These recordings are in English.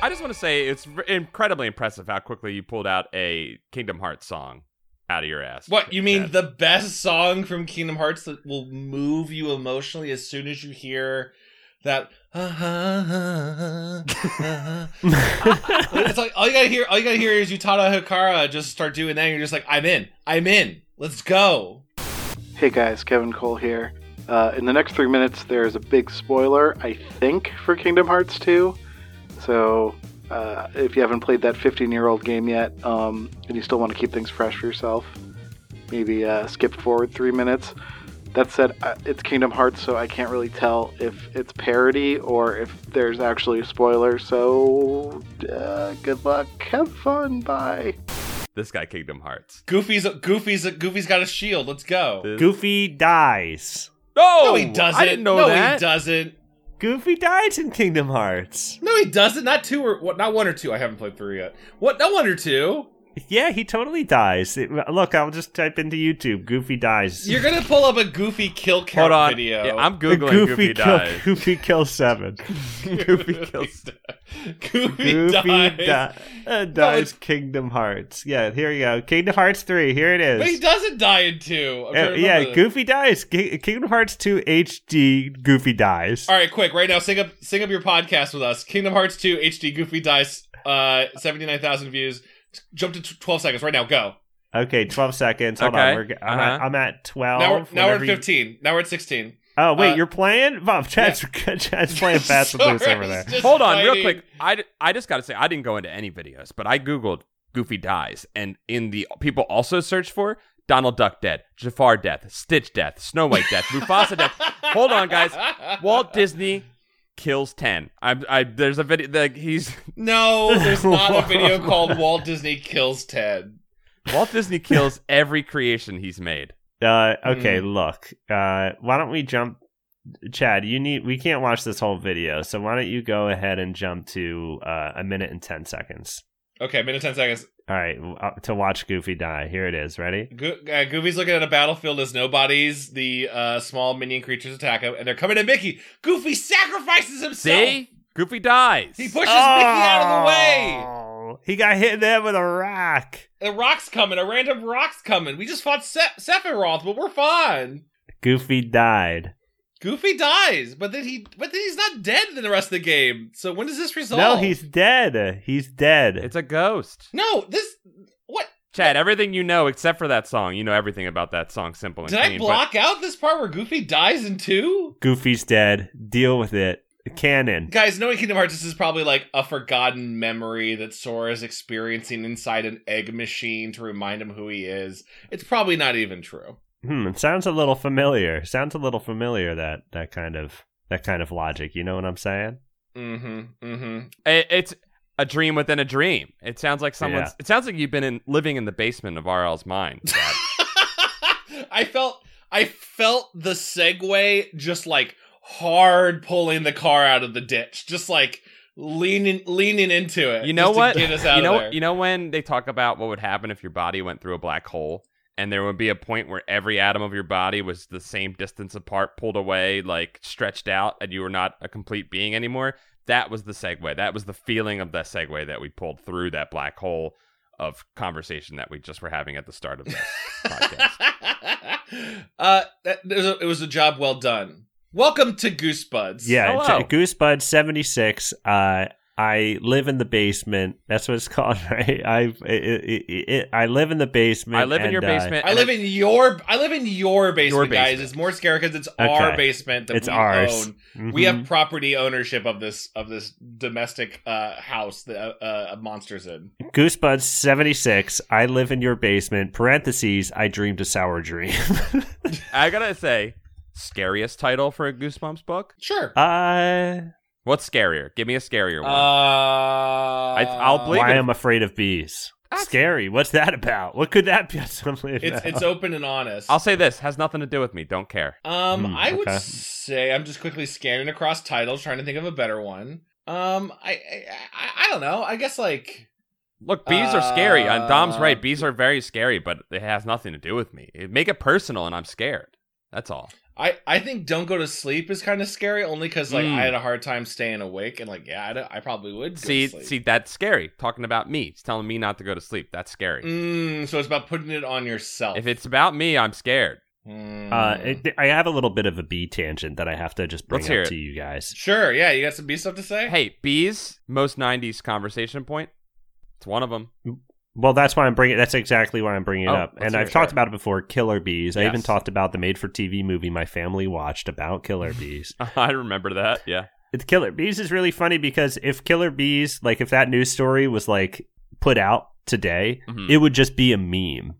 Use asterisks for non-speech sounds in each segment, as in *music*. I just want to say it's r- incredibly impressive how quickly you pulled out a Kingdom Hearts song out of your ass. What you mean? Yeah. The best song from Kingdom Hearts that will move you emotionally as soon as you hear that. "Uh, *laughs* it's like all you gotta hear. All you gotta hear is Utada Hikara just start doing that. And you're just like, I'm in. I'm in. Let's go. Hey guys, Kevin Cole here. Uh, in the next three minutes, there's a big spoiler, I think, for Kingdom Hearts 2. So uh, if you haven't played that 15 year old game yet um, and you still want to keep things fresh for yourself, maybe uh, skip forward three minutes. That said, uh, it's Kingdom Hearts, so I can't really tell if it's parody or if there's actually a spoiler. So uh, good luck. Have fun. Bye. This guy, Kingdom Hearts. Goofy's Goofy's Goofy's got a shield. Let's go. This- *laughs* Goofy dies. No, no, he doesn't. Oh, I didn't know no, he that. doesn't. Goofy dies in Kingdom Hearts. No, he doesn't. Not two or what? Not one or two. I haven't played three yet. What? Not one or two. Yeah, he totally dies. It- look, I'll just type into YouTube Goofy dies. You're gonna pull up a Goofy kill Hold count on. video. Yeah, I'm *laughs* The googling Goofy, kill, dies. *laughs* Goofy *laughs* kill seven. Goofy kills. *laughs* Goofy, Goofy dies. di- uh, dies Kingdom Hearts. Yeah, here we go. Kingdom Hearts three. Here it is. But he doesn't die in two. I'm Uh, trying to yeah, remember. Goofy dies. Ki- Kingdom Hearts two HD. Goofy dies. All right, quick, right now, sing up, sing up your podcast with us. Kingdom Hearts two HD Goofy dies. Uh, seventy nine thousand views. Jump to tw- twelve seconds right now. Go. Okay, twelve seconds. Hold Okay. on, we're, g- I'm, at, Uh-huh. I'm at twelve. now we're now we're whenever at you- fifteen. Now we're at sixteen. Oh wait, Uh, you're playing? Bob, Chad's, *laughs* *laughs* Chad's playing fast and loose Sorry, over *laughs* there. it's just Hold on, real fighting. quick. I, d- I just got to say, I didn't go into any videos, but I Googled Goofy dies, and in the people also searched for Donald Duck dead, Jafar death, Stitch death, Snow White death, Mufasa death. Hold on, guys. *laughs* Walt Disney kills ten. I, I there's a video like he's No, there's *laughs* not a video called Walt Disney kills Ted. Walt Disney *laughs* kills every creation he's made. Uh, Hmm. okay, look. Uh, why don't we jump? Chad, you need. We can't watch this whole video, so why don't you go ahead and jump to uh, a minute and ten seconds? Okay, minute ten seconds. All right, w- uh, to watch Goofy die. Here it is. Ready? Go- uh, Goofy's looking at a battlefield as nobodies. The uh, small minion creatures attack him, and they're coming at Mickey. Goofy sacrifices himself. See, Goofy dies. He pushes Mickey out of the way. Oh, He got hit in the head with a rock. A rock's coming. A random rock's coming. We just fought Se- Sephiroth, but we're fine. Goofy died. Goofy dies, but then he, but then he's not dead in the rest of the game. So when does this resolve? No, he's dead. He's dead. it's a ghost. no. This what Chad, everything you know except for that song, you know everything about that song. Simple and did clean. I but- block out this part where Goofy dies in two? Goofy's dead. Deal with it. Canon. Guys, knowing Kingdom Hearts, this is probably like a forgotten memory that Sora is experiencing inside an egg machine to remind him who he is. It's probably not even true. Hmm, it sounds a little familiar. Sounds a little familiar that that kind of that kind of logic. You know what I'm saying? Mm-hmm. Mm-hmm. It, it's a dream within a dream. It sounds like someone's. Yeah. It sounds like you've been in, living in the basement of RL's mind. Chad. *laughs* I felt I felt the segue just like hard pulling the car out of the ditch. Just like leaning leaning into it. you know just to what? get us out you know. of there. You know when they talk about what would happen if your body went through a black hole, and there would be a point where every atom of your body was the same distance apart, pulled away, like stretched out, and you were not a complete being anymore. That was the segue. That was the feeling of that segue that we pulled through that black hole of conversation that we just were having at the start of *laughs* this podcast. uh that, it, was a, it was a job well done. Welcome to Goosebuds. Yeah, Hello. J- Goosebud seventy six. Uh, I live in the basement. That's what it's *laughs* called, right? I it, it, it, I live in the basement. I live in and, your *laughs* uh, basement. I and live in your I live in your basement, guys. basement. It's more scary because it's Okay. our basement that It's we ours. own. Mhm. We have property ownership of this of this domestic uh, house that uh, uh, monsters in. Goosebud seventy six. I live in your basement. Parentheses. I dreamed a sour dream. *laughs* I gotta say, scariest title for a Goosebumps book? Sure. Uh, uh, What's scarier? Give me a scarier one. I, I'll believe- why it- I'm afraid of bees. That's- Scary. What's that about? What could that *laughs* be? Something It's about? it's open and honest. I'll say this has nothing to do with me. Don't care. um, Hmm, I would okay. say I'm just quickly scanning across titles, trying to think of a better one. Um, I I, I, I don't know. I guess like Look, bees are scary. And Dom's Uh, right. Bees are very scary, but it has nothing to do with me. It- Make it personal, and I'm scared. That's all. I, I think don't go to sleep is kind of scary only because like Mm. I had a hard time staying awake and like yeah I, don't- I probably would go See, to sleep. see, that's scary. Talking about me, it's telling me not to go to sleep. That's scary. Mm, so it's about putting it on yourself. If it's about me, I'm scared. Mm. Uh, it, I have a little bit of a B tangent that I have to just bring Let's up hear it. to you guys. sure, yeah, you got some B stuff to say. Hey, bees, most '90s conversation point. It's one of them. Well, that's why I'm bringing. That's exactly why I'm bringing it Oh, up. let's And hear I've it. talked about it before. Killer bees. I even Yes. talked about the made-for-TV movie my family watched *laughs* about killer bees. *laughs* I remember that. Yeah. it's killer bees is really funny because if killer bees, like if that news story was like put out today, Mhm. it would just be a meme,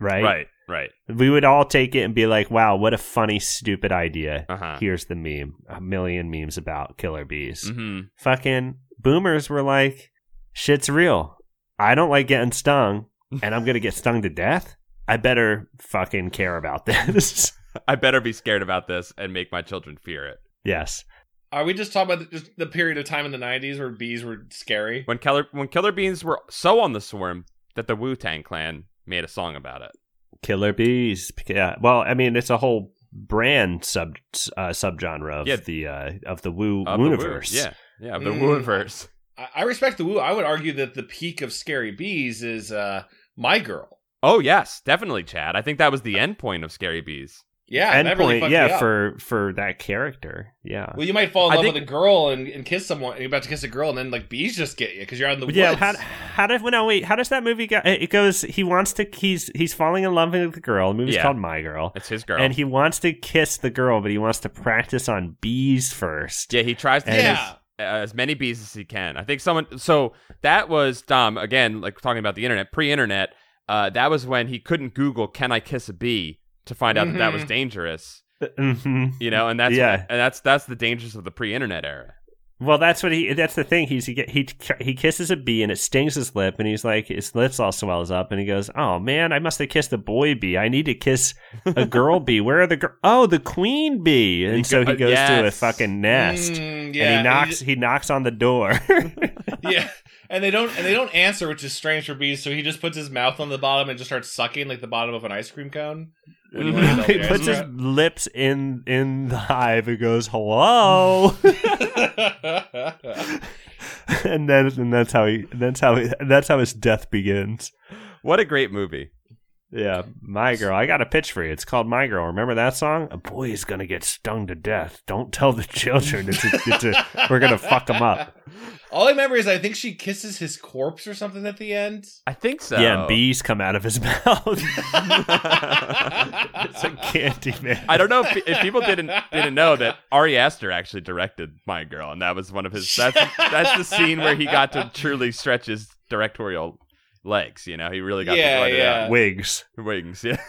right? right. Right. We would all take it and be like, "Wow, what a funny, stupid idea." Uh huh. Here's the meme. A million memes about killer bees. hmm fucking boomers were like, shit's real. I don't like getting stung and I'm going to get stung to death. I better fucking care about *laughs* this. I better be scared about this and make my children fear it. yes. Are we just talking about the, just the period of time in the '90s where bees were scary? When Keller, when Killer Beans were so on the swarm that the Wu Tang Clan made a song about it. Killer bees. Yeah. Well, I mean, it's a whole brand sub uh, subgenre of Yeah. the uh, of the woo Of the Wu. universe. Yeah. Yeah. Of the Mm. Wooverse. I, I respect the woo. I would argue that the peak of scary bees is uh, my girl. Oh yes, definitely, Chad. I think that was the end point of Scary Bees. Yeah, End that point, really fucked me yeah, up. for for that character, yeah, Well, you might fall in I love think- with a girl and, and kiss someone. And you're about to kiss a girl, and then like bees just get you because you're out in the yeah. woods. How how did no wait? How does that movie go? It goes. He wants to. He's he's falling in love with the girl. The movie's Yeah. called My Girl. It's his girl. And he wants to kiss the girl, but he wants to practice on bees first. yeah, he tries to And kiss yeah, as many bees as he can. I think someone. So that was Dom again, like talking about the internet, pre-internet. Uh, that was when he couldn't Google "Can I kiss a bee?" to find out that that was Mhm. dangerous. hmm You know, and that's Mm-hmm. Yeah. and that's that's the dangers of the pre-internet era. Well, that's what he. That's the thing. He's he get- he he kisses a bee and it stings his lip, and he's like his lips all swells up, and he goes, "Oh man, I must have kissed the boy bee. I need to kiss a girl bee. Where are the girl? Oh, the queen bee." And He so go- he goes to a yes. fucking nest, Mm, yeah, and he and knocks. He, knocks on the door. *laughs* ju- yeah, and they don't and they don't answer, which is strange for bees. So he just puts his mouth on the bottom and just starts sucking like the bottom of an ice cream cone. When you want to he know the puts his answer. lips in in the hive and goes, "Hello." *laughs* and then and that's how he that's how he, that's how his death begins. What a great movie! Yeah, my girl. I got a pitch for you. It's called My Girl. Remember that song? A boy is gonna get stung to death. Don't tell the *laughs* children. It's a, it's a, we're gonna fuck 'em up. *laughs* All I remember is I think she kisses his corpse or something at the end. I think so. yeah. And bees come out of his *laughs* mouth. *laughs* it's a candy man. I don't know if, if people didn't didn't know that Ari Aster actually directed My Girl, and that was one of his. That's that's the scene where he got to truly stretch his directorial legs. You know, he really got Yeah, to go yeah. Wigs. wings. *laughs* Yeah.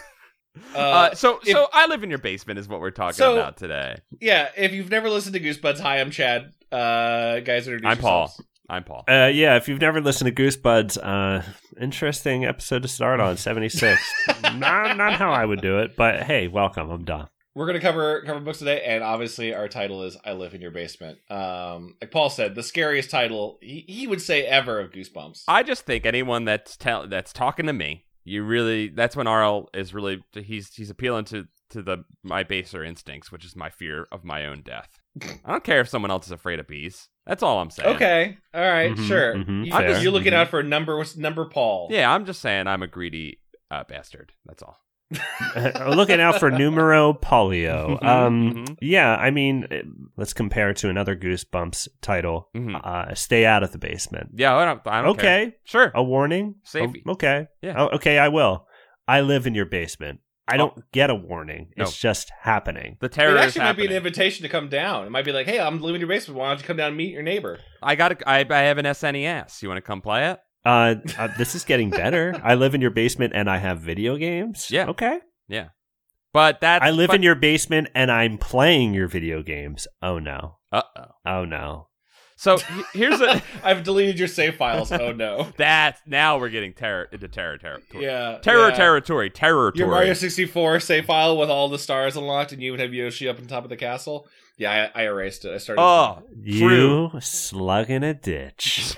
Uh, Uh, so if- so I live in your basement is what we're talking So- about today. yeah, if you've never listened to Goosebuds, hi, I'm Chad. Uh, guys, introduce I'm Paul. yourselves. I'm Paul. Uh, yeah. If you've never listened to Goosebuds, uh, interesting episode to start on. Seventy six. *laughs* not not how I would do it, but hey, welcome. I'm done. We're gonna cover cover books today, and obviously our title is "I Live in Your Basement." Um, like Paul said, the scariest title he, he would say ever of Goosebumps. I just think anyone that's tell that's talking to me, you really that's when Arl is really he's he's appealing to to the my baser instincts, which is my fear of my own death. I don't care if someone else is afraid of bees. That's all I'm saying. okay, all right, Mhm, sure. mhm, you, Mm-hmm, fair. Mm-hmm. are looking Mhm. out for number number Paul. Yeah, I'm just saying I'm a greedy uh, bastard. That's all. *laughs* looking out for numero polio. Um, Mhm. Yeah, I mean, eh, let's compare it to another Goosebumps title. Mhm. Uh, stay out of the basement. Yeah, I don't. I don't okay, Oh. care. Sure. a warning. Safety. O- okay, Yeah. Oh. Oh, okay, I will. I live in your basement. I don't get a warning. No. It's just happening. The It terror is actually might be happening. an invitation to come down. It might be like, "Hey, I'm living in your basement. Why don't you come down and meet your neighbor?" I got. I, I have an SNES. You want to come play it? Uh, uh, this is getting *laughs* better. I live in your basement and I have video games. Yeah. Okay. But that's. I live but, in your basement and I'm playing your video games. Oh no. Uh oh. Oh no. So he- here's a. *laughs* I've deleted your save files. Oh no. *laughs* That now we're getting terror into terror territory. Yeah. Terror yeah. territory. Terror Your Mario 64 save file with all the stars unlocked, and you would have Yoshi up on top of the castle. Yeah, I, I erased it. I started. Oh, You slug in a ditch.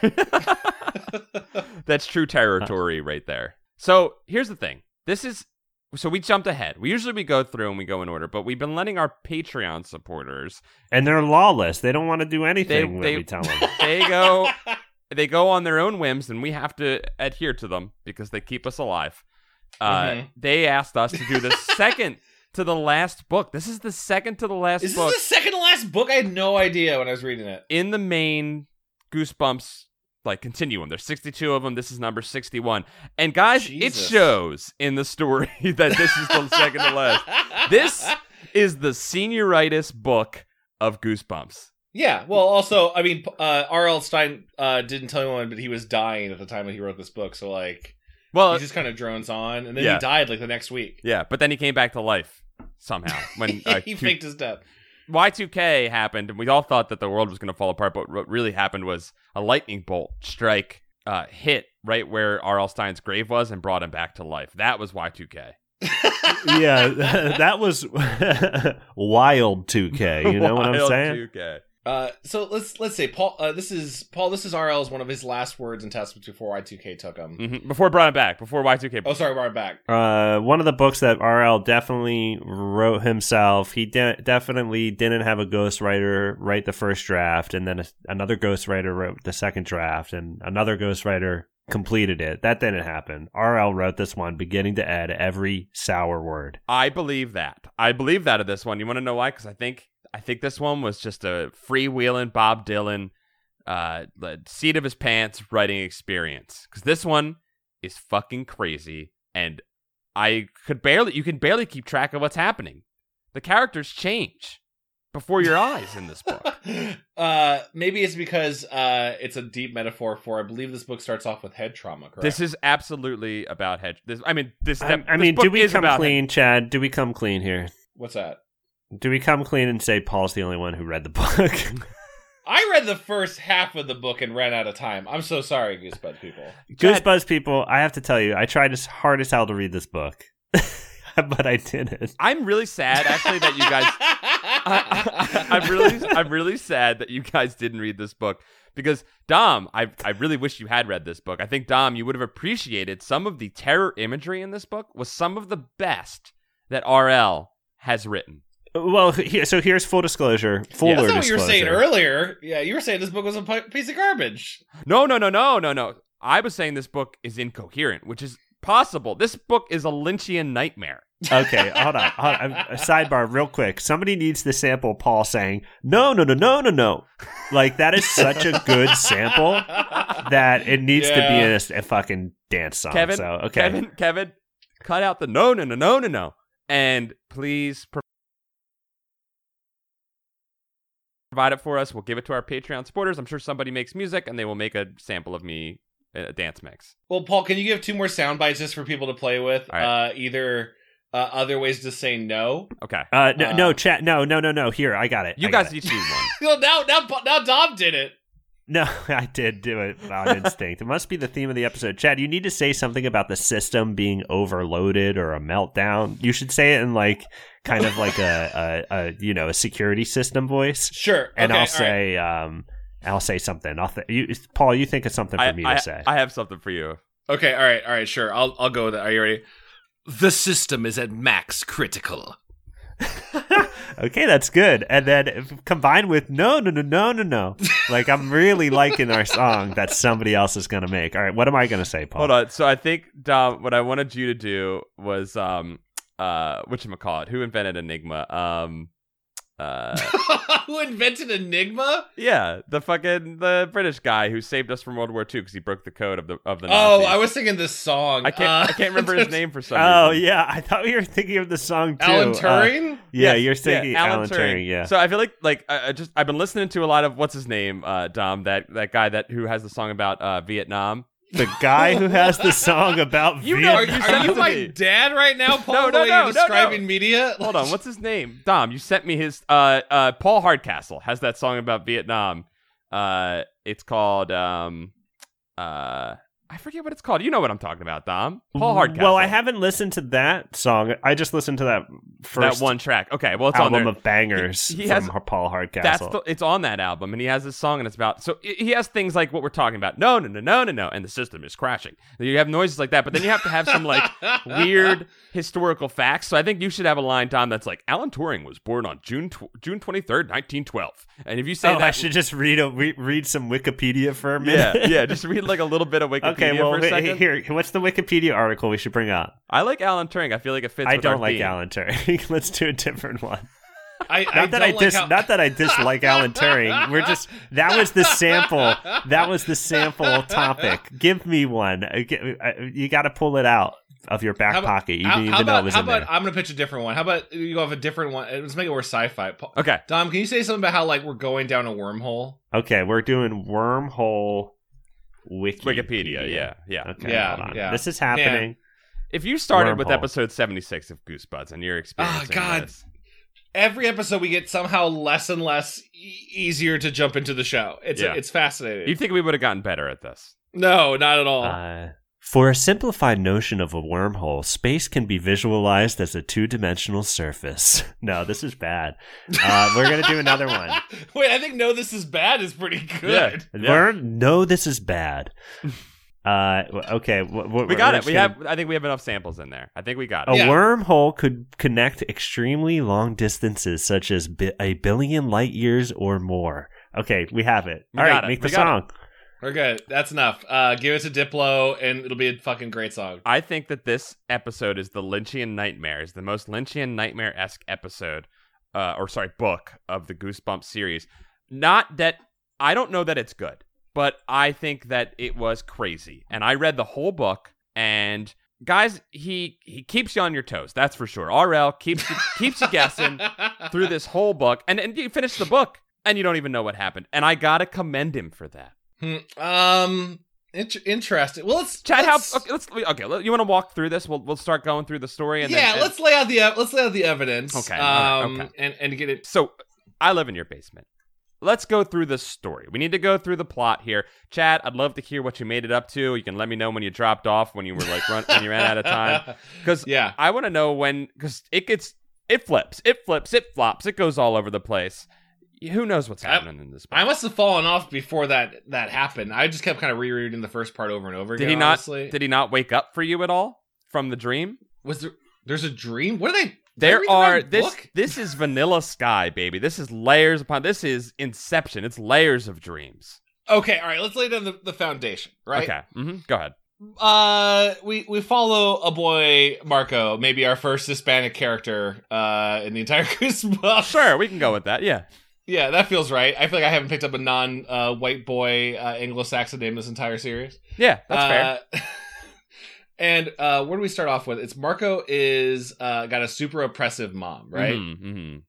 that's true territory right there. So here's the thing. This is so we jumped ahead. We usually we go through and we go in order, but we've been letting our Patreon supporters And they're lawless. They don't want to do anything when they- we *laughs* tell them. they go they go on their own whims and we have to adhere to them because they keep us alive. Uh, Mhm. They asked us to do *laughs* the second to the last book. This is the second to the last Is book this the second to last book? I had no idea when I was reading it. in the main Goosebumps like continuum. There's 62 of them. This is number 61. And guys, Jesus. it shows in the story *laughs* that this is the second to *laughs* last. This- Is the senioritis book of Goosebumps. Yeah, well, also, I mean, uh, R.L. Stein uh, didn't tell anyone, but he was dying at the time that he wrote this book. So, like, Well, he just kind of drones on, and then yeah. he died like the next week. yeah, but then he came back to life somehow *laughs* when uh, *laughs* he Q- faked *laughs* his death. Y2K happened, and we all thought that the world was going to fall apart. But what really happened was a lightning bolt strike uh, hit right where R.L. Stein's grave was and brought him back to life. That was Y2K. yeah, *laughs* *laughs* that was wild 2K. You know *laughs* what I'm Wild saying? 2K. Uh, so let's let's say Paul. Uh, this is Paul. This is RL's one of his last words and testaments before Y two K took him. Mhm. Before it brought it back, before Y2K. Oh, sorry, we're back. *laughs* Uh, one of the books that RL definitely wrote himself. He de- definitely didn't have a ghostwriter write the first draft, and then a- another ghostwriter wrote the second draft, and another ghostwriter completed it. That didn't happen. RL wrote this one beginning to end, every sour word. I believe that. I believe that of this one. You want to know why? Because I think I think this one was just a freewheeling Bob Dylan, uh, the seat of his pants writing experience. Because this one is fucking crazy, and I could barely you can barely keep track of what's happening. The characters change before your eyes in this *laughs* book. uh, maybe it's because uh, it's a deep metaphor for. I believe this book starts off with head trauma. Correct. This is absolutely about hedge. This I mean this. I, I this mean, book do we is come about clean, Chad? Do we come clean here? what's that? Do we come clean and say Paul's the only one who read the book? *laughs* I read the first half of the book and ran out of time. I'm so sorry, Goosebud people. Chad- Goosebuzz people, I have to tell you, I tried as hard as hell to read this book, *laughs* but I didn't. I'm really sad actually that you *laughs* *laughs* guys I, I, am really, I'm really sad that you guys didn't read this book because Dom, I, I really wish you had read this book. I think Dom, you would have appreciated some of the terror imagery in this book was some of the best that RL has written. Well, he, so here's full disclosure. Fuller That's not what you disclosure. were saying earlier. Yeah, you were saying this book was a pi- piece of garbage. No, no, no, no, no, no. I was saying this book is incoherent, which is possible. This book is a Lynchian nightmare. *laughs* Okay, hold on. Hold on. A sidebar, real quick. Somebody needs to sample Paul saying, "No, no, no, no, no, no." Like that is such a good *laughs* sample that it needs to be Yeah. in a, s- a fucking dance song. Kevin, so okay, Kevin, Kevin, cut out the no, no, no, no, no, no, and please pro- provide it for us. We'll give it to our Patreon supporters. I'm sure somebody makes music, and they will make a sample of me uh, a dance mix. Well, Paul, can you give two more sound bites just for people to play with? All right. Uh, either uh, other ways to say no. *laughs* Okay, uh, no, no, Uh, chat, no, no, no, no. Here, I got it. you I got guys it. each *laughs* need one. Well, now, now, Pa- now, Dom did it. No, *laughs* I did do it on instinct. It must be the theme of the episode. Chad, you need to say something about the system being overloaded or a meltdown. You should say it in like kind of like a, a, a you know a security system voice, Sure. and okay, all I'll right. say um I'll say something. I'll th- you, Paul, you think of something for I, me I- to say. I have something for you. Okay. All right. All right. Sure. I'll I'll go with it. Are you ready? The system is at max critical. *laughs* okay, that's good. And then if- combined with no, no, no, no, no, no. Like I'm really liking our song that somebody else is gonna make. All right, what am I gonna say, Paul? Hold on. So I think Dom, what I wanted you to do was um uh whatchamacallit, who invented Enigma? Um uh Who invented Enigma? Yeah, the fucking the British guy who saved us from World War II because he broke the code of the of the Oh, Nazis. I was thinking this song. I can't Uh, I can't remember his name for some Oh reason. yeah, I thought we were thinking of the song too. *laughs* Alan Uh, Turing. Yeah, Yes, you're thinking Alan, Turing. Yeah. So I feel like like I, I just I've been listening to a lot of what's his name, uh, Dom, that that guy that who has the song about uh, Vietnam. the guy who has the song *laughs* about You know- are Vietnam. you you, are sent you it to my me. dad right *laughs* now, Paul? No, the no, way no, you're no, describing no. media. Hold on, what's his name? Dom, you sent me his uh uh Paul Hardcastle has that song about Vietnam. Uh it's called um uh I forget what it's called. You know what I'm talking about, Dom. Paul Hardcastle. Well, I haven't listened to that song. I just listened to that first that one track. Okay, well, it's on album there. of bangers He- he from has- Paul That's Hardcastle. the, it's on that album, and he has this song, and it's about so he he has things like what we're talking about. No, no, no, no, no, no, and the system is crashing. You have noises like that, but then you have to have some *laughs* like weird historical facts. So I think you should have a line, Tom, that's like Alan Turing was born on June tw- June twenty third, nineteen twelve. And if you say oh, that, I should just read a re- read some Wikipedia for *laughs* a yeah, minute. yeah, just read like a little bit of Wikipedia *laughs* okay, well, for a he- second. here, what's the Wikipedia article we should bring up? I like Alan Turing. I feel like it fits. I with our don't like theme. Alan Turing. *laughs* Let's do a different one. *laughs* I, Not that I don't dis, like how- not that I dislike Alan Turing. We're just that was the sample. That was the sample topic. Give me one. Uh, gi- uh, You got to pull it out of your back How about- pocket. You how, didn't how even know about, it was how in about there. I'm gonna pitch a different one. How about you go have a different one? Let's make it more sci-fi. Pa- Okay, Dom, can you say something about how like we're going down a wormhole? Okay, we're doing wormhole. Wiki. Wikipedia. Yeah, yeah. Okay. Yeah, hold on. yeah. This is happening. If you started with Wormhole. Oh, episode seventy six of Goosebuds and your experience, God. Every episode we get somehow less and less e- easier to jump into the show. It's Yeah. it's fascinating. you think we would have gotten better at this? no, not at all. Uh, for a simplified notion of a wormhole, space can be visualized as a two-dimensional surface. *laughs* No, this is bad. Uh, we're gonna do another one. *laughs* Wait, I think no, this is bad is pretty Yeah. good. Yeah. Learn, no, this is *laughs* bad. Uh, w- okay, w- w- We got we're it. We just have. gonna- I think we have enough samples in there. I think we got a it. Yeah. wormhole could connect extremely long distances, such as bi- a billion light years or more. Okay, we have it. We All got right, it. make We the got song. We're good. That's enough. Uh, give it to Diplo, and it'll be a fucking great song. I think that this episode is the Lynchian Nightmare. Is the most Lynchian nightmare esque episode, uh, or sorry, book of the Goosebumps series. Not that I don't know that it's good, but I think that it was crazy. And I read the whole book. And guys, he he keeps you on your toes. That's for sure. RL keeps you, keeps you guessing. *laughs* through this whole book, and and you finish the book, and you don't even know what happened. And I gotta commend him for that. Hmm, um, int- interesting. Well, let's Chad, let's, how? Okay, let's okay. let- You want to walk through this? We'll we'll start going through the story. And yeah, then, let's lay out the ev- let's lay out the evidence. Okay, all right, Um, okay. and and get it. So, I live in your basement. Let's go through the story. We need to go through the plot here. Chad, I'd love to hear what you made it up to. You can let me know when you dropped off, when you were like run, when you ran out of *laughs* time, because Yeah. I want to know when because it gets it flips, it flips, it flops, it goes all over the place. Who knows what's I- happening in this? book? I must have fallen off before that that happened. I just kept kind of rereading the first part over and over Did again. he not? honestly. Did he not wake up for you at all from the dream? Was there? There's a dream. What are they? There read the are wrong this. book? This is Vanilla Sky, baby. This is layers upon. This is Inception. It's layers of dreams. Okay, all right. Let's lay down the, the foundation. Right. Okay. hmm Go ahead. Uh, we we follow a boy Marco, maybe our first Hispanic character uh in the entire *laughs* Goosebumps. Sure, we can go with that. Yeah. Yeah, that feels right. I feel like I haven't picked up a non uh, white boy uh, Anglo Saxon name this entire series. Yeah, that's Uh, fair. fair. *laughs* And uh, where do we start off with? It's Marco is uh, got a super oppressive mom, right? Mm-hmm.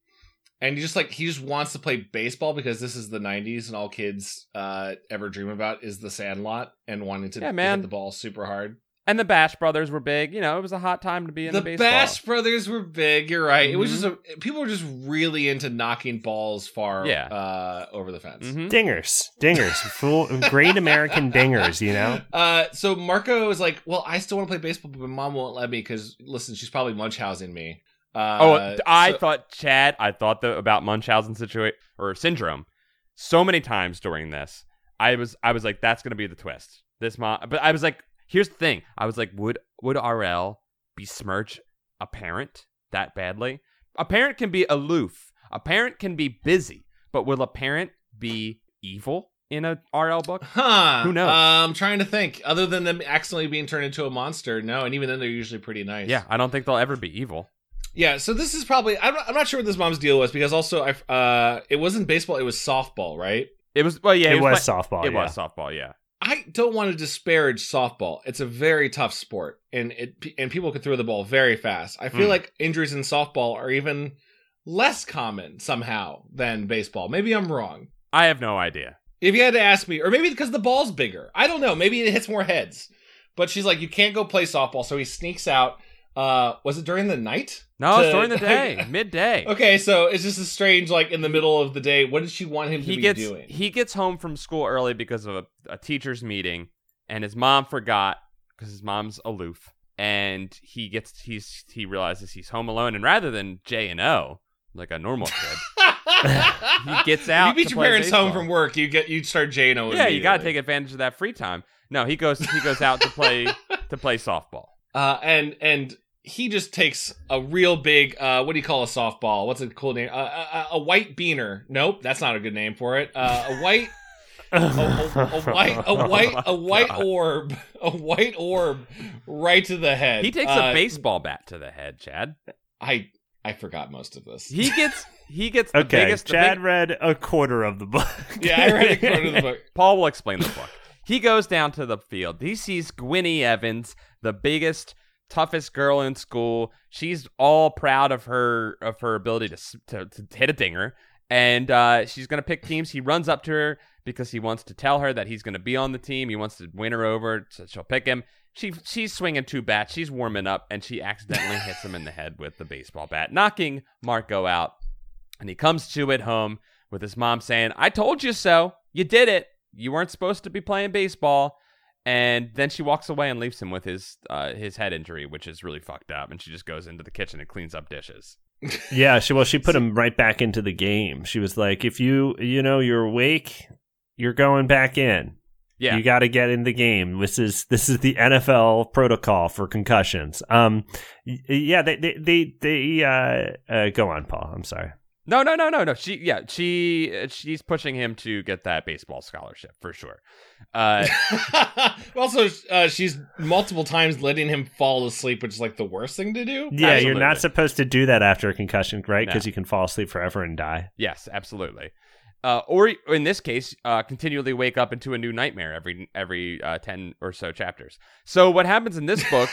And he just like he just wants to play baseball because this is the '90s, and all kids uh, ever dream about is the Sandlot and wanting to Yeah, hit man. the ball super hard. And the Bash Brothers were big. You know, it was a hot time to be in the, the baseball. Bash Brothers were big. You're right. It was Mhm. just a, people were just really into knocking balls far Yeah. uh, over the fence. Mhm. Dingers, dingers, full, great American dingers. You know. *laughs* Uh, so Marco is like, well, I still want to play baseball, but my mom won't let me because listen, she's probably Munchhausing me. Uh, oh, I so- thought Chad. I thought the, about Munchausen situation or syndrome so many times during this. I was I was like, that's gonna be the twist. This mom, but I was like, here's the thing. I was like, would would RL besmirch a parent that badly? A parent can be aloof. A parent can be busy, but will a parent be evil in a RL book? huh? Who knows? Uh, I'm trying to think. Other than them accidentally being turned into a monster, no. And even then, they're usually pretty nice. Yeah, I don't think they'll ever be evil. yeah. So this is probably I'm not, I'm not sure what this mom's deal was because also I uh it wasn't baseball, it was softball, right? It was well, yeah, it, he was, play- softball. It yeah. was softball. Yeah, I don't want to disparage softball. It's a very tough sport, and it and people can throw the ball very fast. I feel Hmm. like injuries in softball are even less common somehow than baseball. Maybe I'm wrong. I have no idea. If you had to ask me, or maybe because the ball's bigger, I don't know. Maybe it hits more heads. But she's like, you can't go play softball, so he sneaks out. Uh, was it during the night? No, it's To- *laughs* during the day, midday. Okay, so it's just a strange, like in the middle of the day. What did she want him to he *laughs* be *laughs* gets doing? he gets home from school early because of a, a teacher's meeting and his mom forgot because his mom's aloof, and he gets he's he realizes he's home alone, and rather than J and O like a *laughs* normal kid, he gets out. you beat to your play parents home baseball. from work. You get you start J and O. Yeah, you got to immediately. take advantage of that free time. No, he goes he goes out to *laughs* play to play softball. Uh, and and he just takes a real big uh, what do you call a softball? What's a cool name? Uh, a, a white beaner. Nope, that's not a good name for it. Uh, a white a, a, *laughs* a white Oh a white a white orb a white orb right to the head. He takes uh, a baseball bat to the head, Chad. I I forgot most of this. He gets he gets the Okay, biggest the Chad big- read a quarter of the book. *laughs* yeah, I read *laughs* a quarter of the book. *laughs* Paul will explain the book. He goes down to the field. He sees Gwynnie Evans, the biggest, toughest girl in school. She's all proud of her of her ability to s- to, to hit a dinger, and uh, she's gonna pick teams. He runs up to her because he wants to tell her that he's gonna be on the team. He wants to win her over, so she'll pick him. She she's swinging two bats. She's warming up, and she accidentally hits him in the head with the baseball bat, knocking Marco out. And he comes to it home with his mom saying, "I told you so. You did it. You weren't supposed to be playing baseball." And then she walks away and leaves him with his uh, his head injury, which is really fucked up. And she just goes into the kitchen and cleans up dishes. Yeah, she well, she put him right back into the game. She was like, "If you, you know, you're awake, you're going back in. Yeah, You got to get in the game. This is this is the NFL protocol for concussions." Um, y- yeah, they they they, they uh, uh, go on, Paul. I'm sorry. no, no, no, no, no. She yeah, she uh, she's pushing him to get that baseball scholarship for sure. *laughs* Uh, also, uh, she's multiple times letting him fall asleep, which is like the worst thing to do. *laughs* Yeah, you're Absolutely. not supposed to do that after a concussion, right? No. Because you can fall asleep forever and die. Yes, absolutely. Uh, or or in this case, uh, continually wake up into a new nightmare every every uh, ten or so chapters. So what happens in this book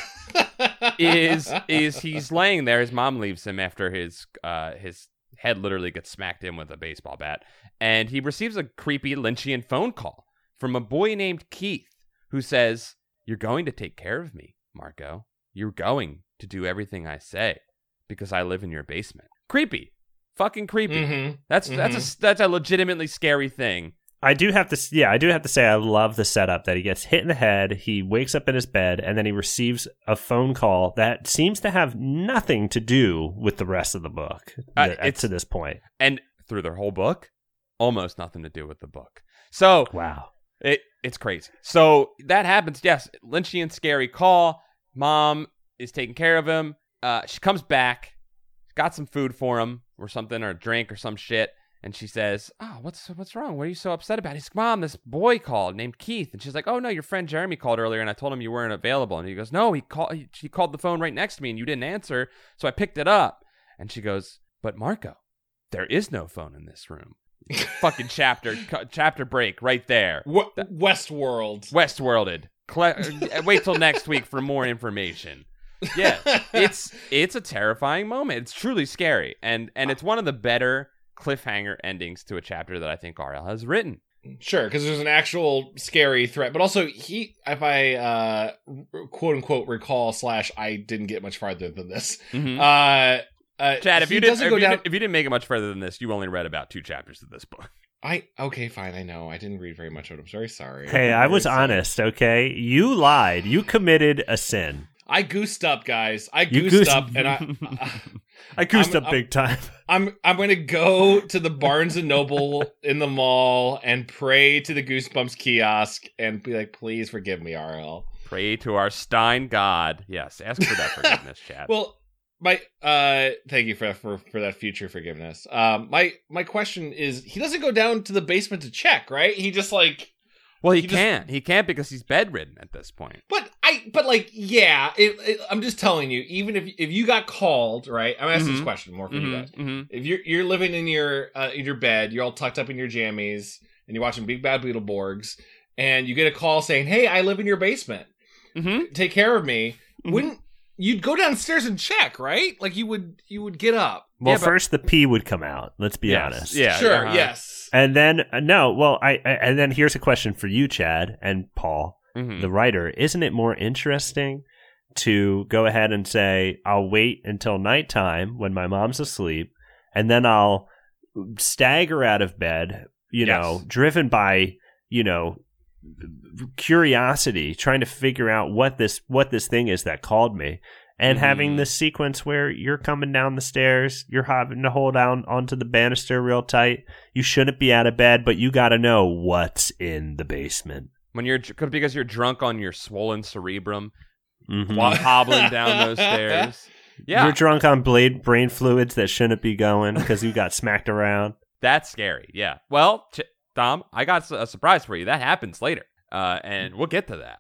*laughs* is is he's laying there. His mom leaves him after his uh, his head literally gets smacked in with a baseball bat, and he receives a creepy Lynchian phone call from a boy named Keith who says, "You're going to take care of me, Marco. You're going to do everything I say because I live in your basement." Creepy, fucking creepy. Mhm. That's that's a that's a legitimately scary thing. I do have to, s- yeah, I do have to say, I love the setup that he gets hit in the head. He wakes up in his bed, and then he receives a phone call that seems to have nothing to do with the rest of the book. Uh, th- it's- to this point, And through their whole book, almost nothing to do with the book. So wow. it it's crazy. So that happens. Yes, Lynchian scary call. Mom is taking care of him. Uh, she comes back, got some food for him or something or a drink or some shit. And she says, "Oh, what's what's wrong? What are you so upset about?" He's, "Mom, this boy called named Keith." And she's like, "Oh no, your friend Jeremy called earlier, and I told him you weren't available." And he goes, "No, he called. He, he called the phone right next to me, and you didn't answer, so I picked it up." And she goes, "But Marco, there is no phone in this room." Fucking chapter *laughs* cu- chapter break right there. W- Westworld. Westworlded. Cle- uh, wait till next week for more information. Yeah, it's it's a terrifying moment. It's truly scary, and and it's one of the better cliffhanger endings to a chapter that I think RL has written. Sure, because there's an actual scary threat, but also he, if I uh, r- quote unquote recall slash, I didn't get much farther than this. Mhm. Uh, uh, Chad, if he you didn't doesn't if go you, down, didn't if you didn't make it much further than this, you only read about two chapters of this book. I okay, fine, I know, I didn't read very much of it. I'm very sorry. Hey, I'm I uh, very was sorry. honest. Okay, you lied. You committed a sin. I goosed up, guys. I You goosed, goosed- up, and I, *laughs* I goosed I'm- up big time. I'm I'm gonna go to the Barnes and Noble *laughs* in the mall and pray to the Goosebumps kiosk and be like, please forgive me, RL. Pray to our Stein God. Yes, ask for that forgiveness, Chad. Well, my uh, thank you for for for that future forgiveness. Um, my my question is, he doesn't go down to the basement to check, right? He just like, well, he, you just- can't. He can't because he's bedridden at this point. but I, but like, yeah. It, it, I'm just telling you, even if if you got called, right? I'm asking this Mhm. question more for you guys. Mhm, mhm. If you're you're living in your uh, in your bed, you're all tucked up in your jammies, and you're watching Big Bad Beetleborgs, and you get a call saying, "Hey, I live in your basement. Mhm. Take care of me." Mhm. Wouldn't you'd go downstairs and check, right? Like you would you would get up. *laughs* Well, Yeah, but- first the P would come out. Let's be Yes, honest. Yeah. sure. uh-huh. Yes. And then uh, no, well, I, I and then here's a question for you, Chad and Paul. Mhm. the writer, isn't it more interesting to go ahead and say, I'll wait until nighttime when my mom's asleep, and then I'll stagger out of bed, you Yes. know, driven by, you know, curiosity, trying to figure out what this what this thing is that called me, and having Mhm. this sequence where you're coming down the stairs, you're having to hold down onto the banister real tight. You shouldn't be out of bed, but you got to know what's in the basement. When you're dr- because you're drunk on your swollen cerebrum Mhm. while hobbling down those stairs. Yeah, You're drunk on blade brain fluids that shouldn't be going because you got smacked around. That's scary. Yeah. Well, Ch- Tom, I got s- a surprise for you. That happens later, uh, and we'll get to that.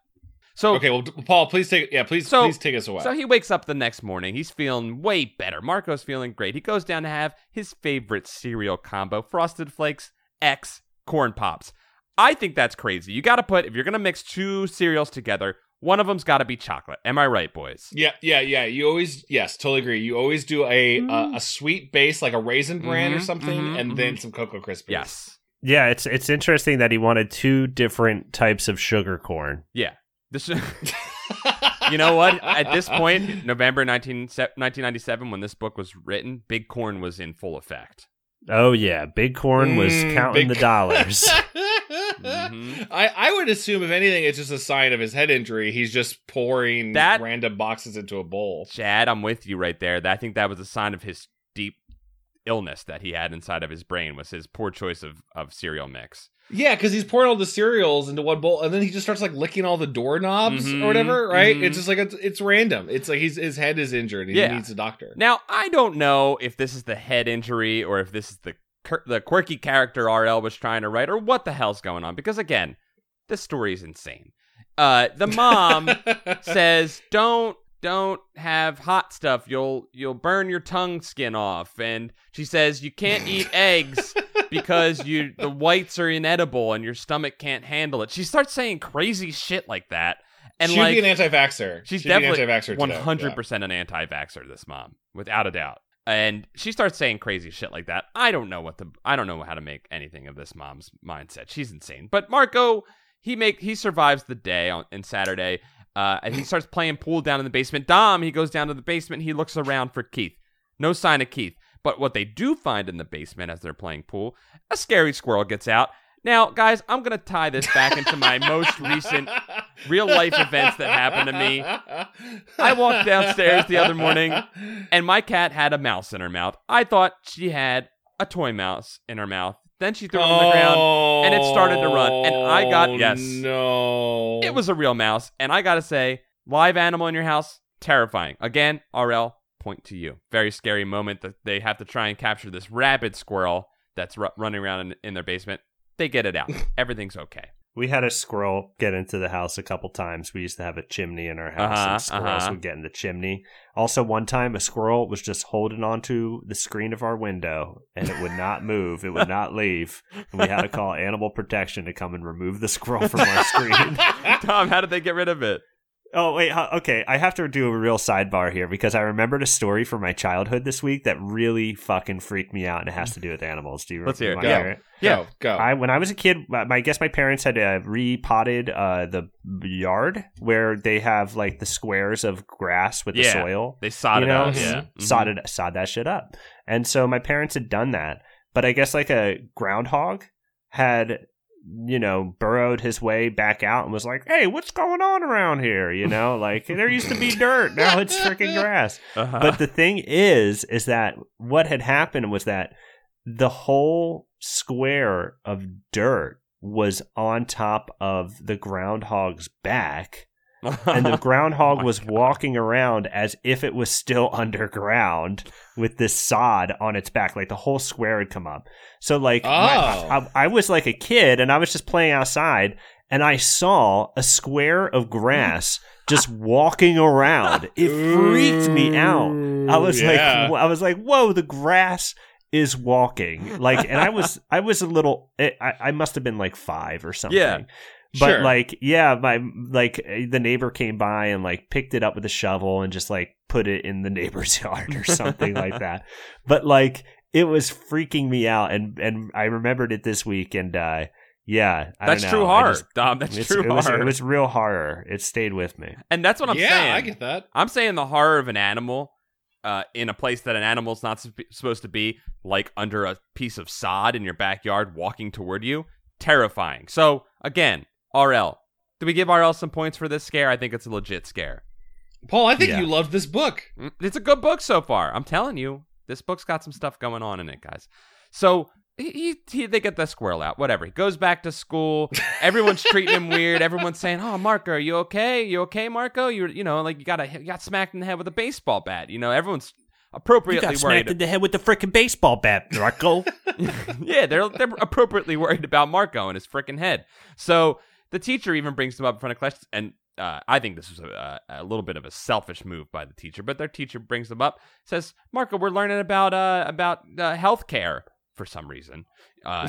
So, Okay, well, Paul, please take yeah, please So- please take us away. so he wakes up the next morning. He's feeling way better. Marco's feeling great. He goes down to have his favorite cereal combo: Frosted Flakes X Corn Pops. I think that's crazy. You got to put if you're gonna mix two cereals together, one of them's got to be chocolate. Am I right, boys? yeah, yeah, yeah. You always yes, totally agree. You always do a Mm-hmm. a, a sweet base like a raisin bran or Mhm, something, mhm, and mhm. then some cocoa krispies. *laughs* Yes. Yeah, it's it's interesting that he wanted two different types of sugar corn. This. *laughs* you know what? At this point, November 19, 1997, when this book was written, Big Corn was in full effect. Oh yeah, big corn was Mm, counting big- the *laughs* dollars. Mhm. *laughs* I, I would assume if anything, it's just a sign of his head injury. He's just pouring That- random boxes into a bowl. Chad, I'm with you right there. I think that was a sign of his deep illness that he had inside of his brain was his poor choice of, of cereal mix. Yeah, because he's pouring all the cereals into one bowl, and then he just starts like licking all the doorknobs Mhm, or whatever. Right? mhm. It's just like it's, it's random. It's like he's, his head is injured. And Yeah. He needs a doctor. Now, I don't know if this is the head injury or if this is the cur- the quirky character RL was trying to write or what the hell's going on because again, this story is insane. Uh, the *laughs* mom says, "Don't don't have hot stuff. You'll you'll burn your tongue skin off." And she says, "You can't *laughs* eat eggs because you the whites are inedible and your stomach can't handle it." She starts saying crazy shit like that, and She'd like be an anti-vaxxer. she's She'd be an definitely anti-vaxxer. one today. hundred percent an anti-vaxxer. This mom, without a doubt. And she starts saying crazy shit like that. I don't know what the I don't know how to make anything of this mom's mindset. She's insane. But Marco, he make he survives the day on in Saturday, uh, and he starts playing pool down in the basement. Dom, he goes down to the basement. He looks around for Keith. No sign of Keith. But what they do find in the basement as they're playing pool, a scary squirrel gets out. Now, guys, I'm gonna tie this back into my *laughs* most recent real life events that happened to me. I walked downstairs the other morning, and my cat had a mouse in her mouth. I thought she had a toy mouse in her mouth. Then she threw it on the ground. and it started to run, and I got- Oh, yes. No. It was a real mouse, and I gotta say, live animal in your house, terrifying. Again, RL, point to you. Very scary moment that they have to try and capture this rabid squirrel that's ru- running around in, in their basement. They get it *laughs* out. Everything's okay. We had a squirrel get into the house a couple times. We used to have a chimney in our house, Uh-huh, and squirrels uh-huh. would get in the chimney. Also, one time a squirrel was just holding onto the screen of our window, and it would not move. It would not leave. And we had *laughs* to call animal protection to come and remove the squirrel from our screen. *laughs* Tom, how did they get rid of it? Oh wait, huh, okay. I have to do a real sidebar here because I remembered a story from my childhood this week that really fucking freaked me out, and it has to do with animals. Do you Let's hear it. am I Go. right? Yeah. Go. go. I when I was a kid, my, my- I guess my parents had uh, repotted uh, the yard where they have like the squares of grass with Yeah. the soil. They sawed You it know, out. Yeah. Sod it, sod that shit up. And so my parents had done that, but I guess like a groundhog had you know burrowed his way back out and was like, "Hey, what's going on around here?" You know, like there used to be dirt, now it's freaking grass Uh-huh. but the thing is is that what had happened was that the whole square of dirt was on top of the groundhog's back *laughs* and *laughs* the groundhog Oh my was God. walking around as if it was still *laughs* underground with this sod on its back like the whole square had come up so like my- Oh. I, I was like a kid and i was just playing outside and i saw a square of *laughs* grass just walking around it freaked me out I was Yeah. like, I was like, whoa, the grass is walking. Like, and I was, I was a little, eh, I, I must have been like five or something. Yeah. But Sure. like, yeah, my like eh, the neighbor came by and like picked it up with a shovel and just like put it in the neighbor's *laughs* yard or something like that. But like, it was freaking me out, and and I remembered it this week, and uh, yeah, I that's don't know. true I horror, just- Dom. That's it's- true it horror. was, it was real horror. It stayed with me. and that's what I'm yeah, saying. I get that. I'm saying the horror of an animal uh, in a place that an animal's not sup- supposed to be, like under a piece of sod in your backyard walking toward you, terrifying. So, again, RL. Do we give RL some points for this scare? I think it's a legit scare. Paul, I think Yeah. you loved this book. Mm, It's a good book so far. I'm telling you, this book's got some stuff going on in it, guys. So he, he, he they get the squirrel out. Whatever. He goes back to *laughs* school. Everyone's treating him weird. Everyone's saying, "Oh, Marco, are you okay? You okay, Marco? You you know, like you got a you got smacked in the head with a baseball bat. You know, everyone's You appropriately got smacked worried. in the head with the freaking baseball bat, Rocco. yeah, they're they're appropriately worried about Marco and his freaking head. So the teacher even brings him up in front of class, and uh, I think this was a, a little bit of a selfish move by the teacher. But their teacher brings them up, says, "Marco, we're learning about uh, about uh, healthcare for some reason *laughs* uh,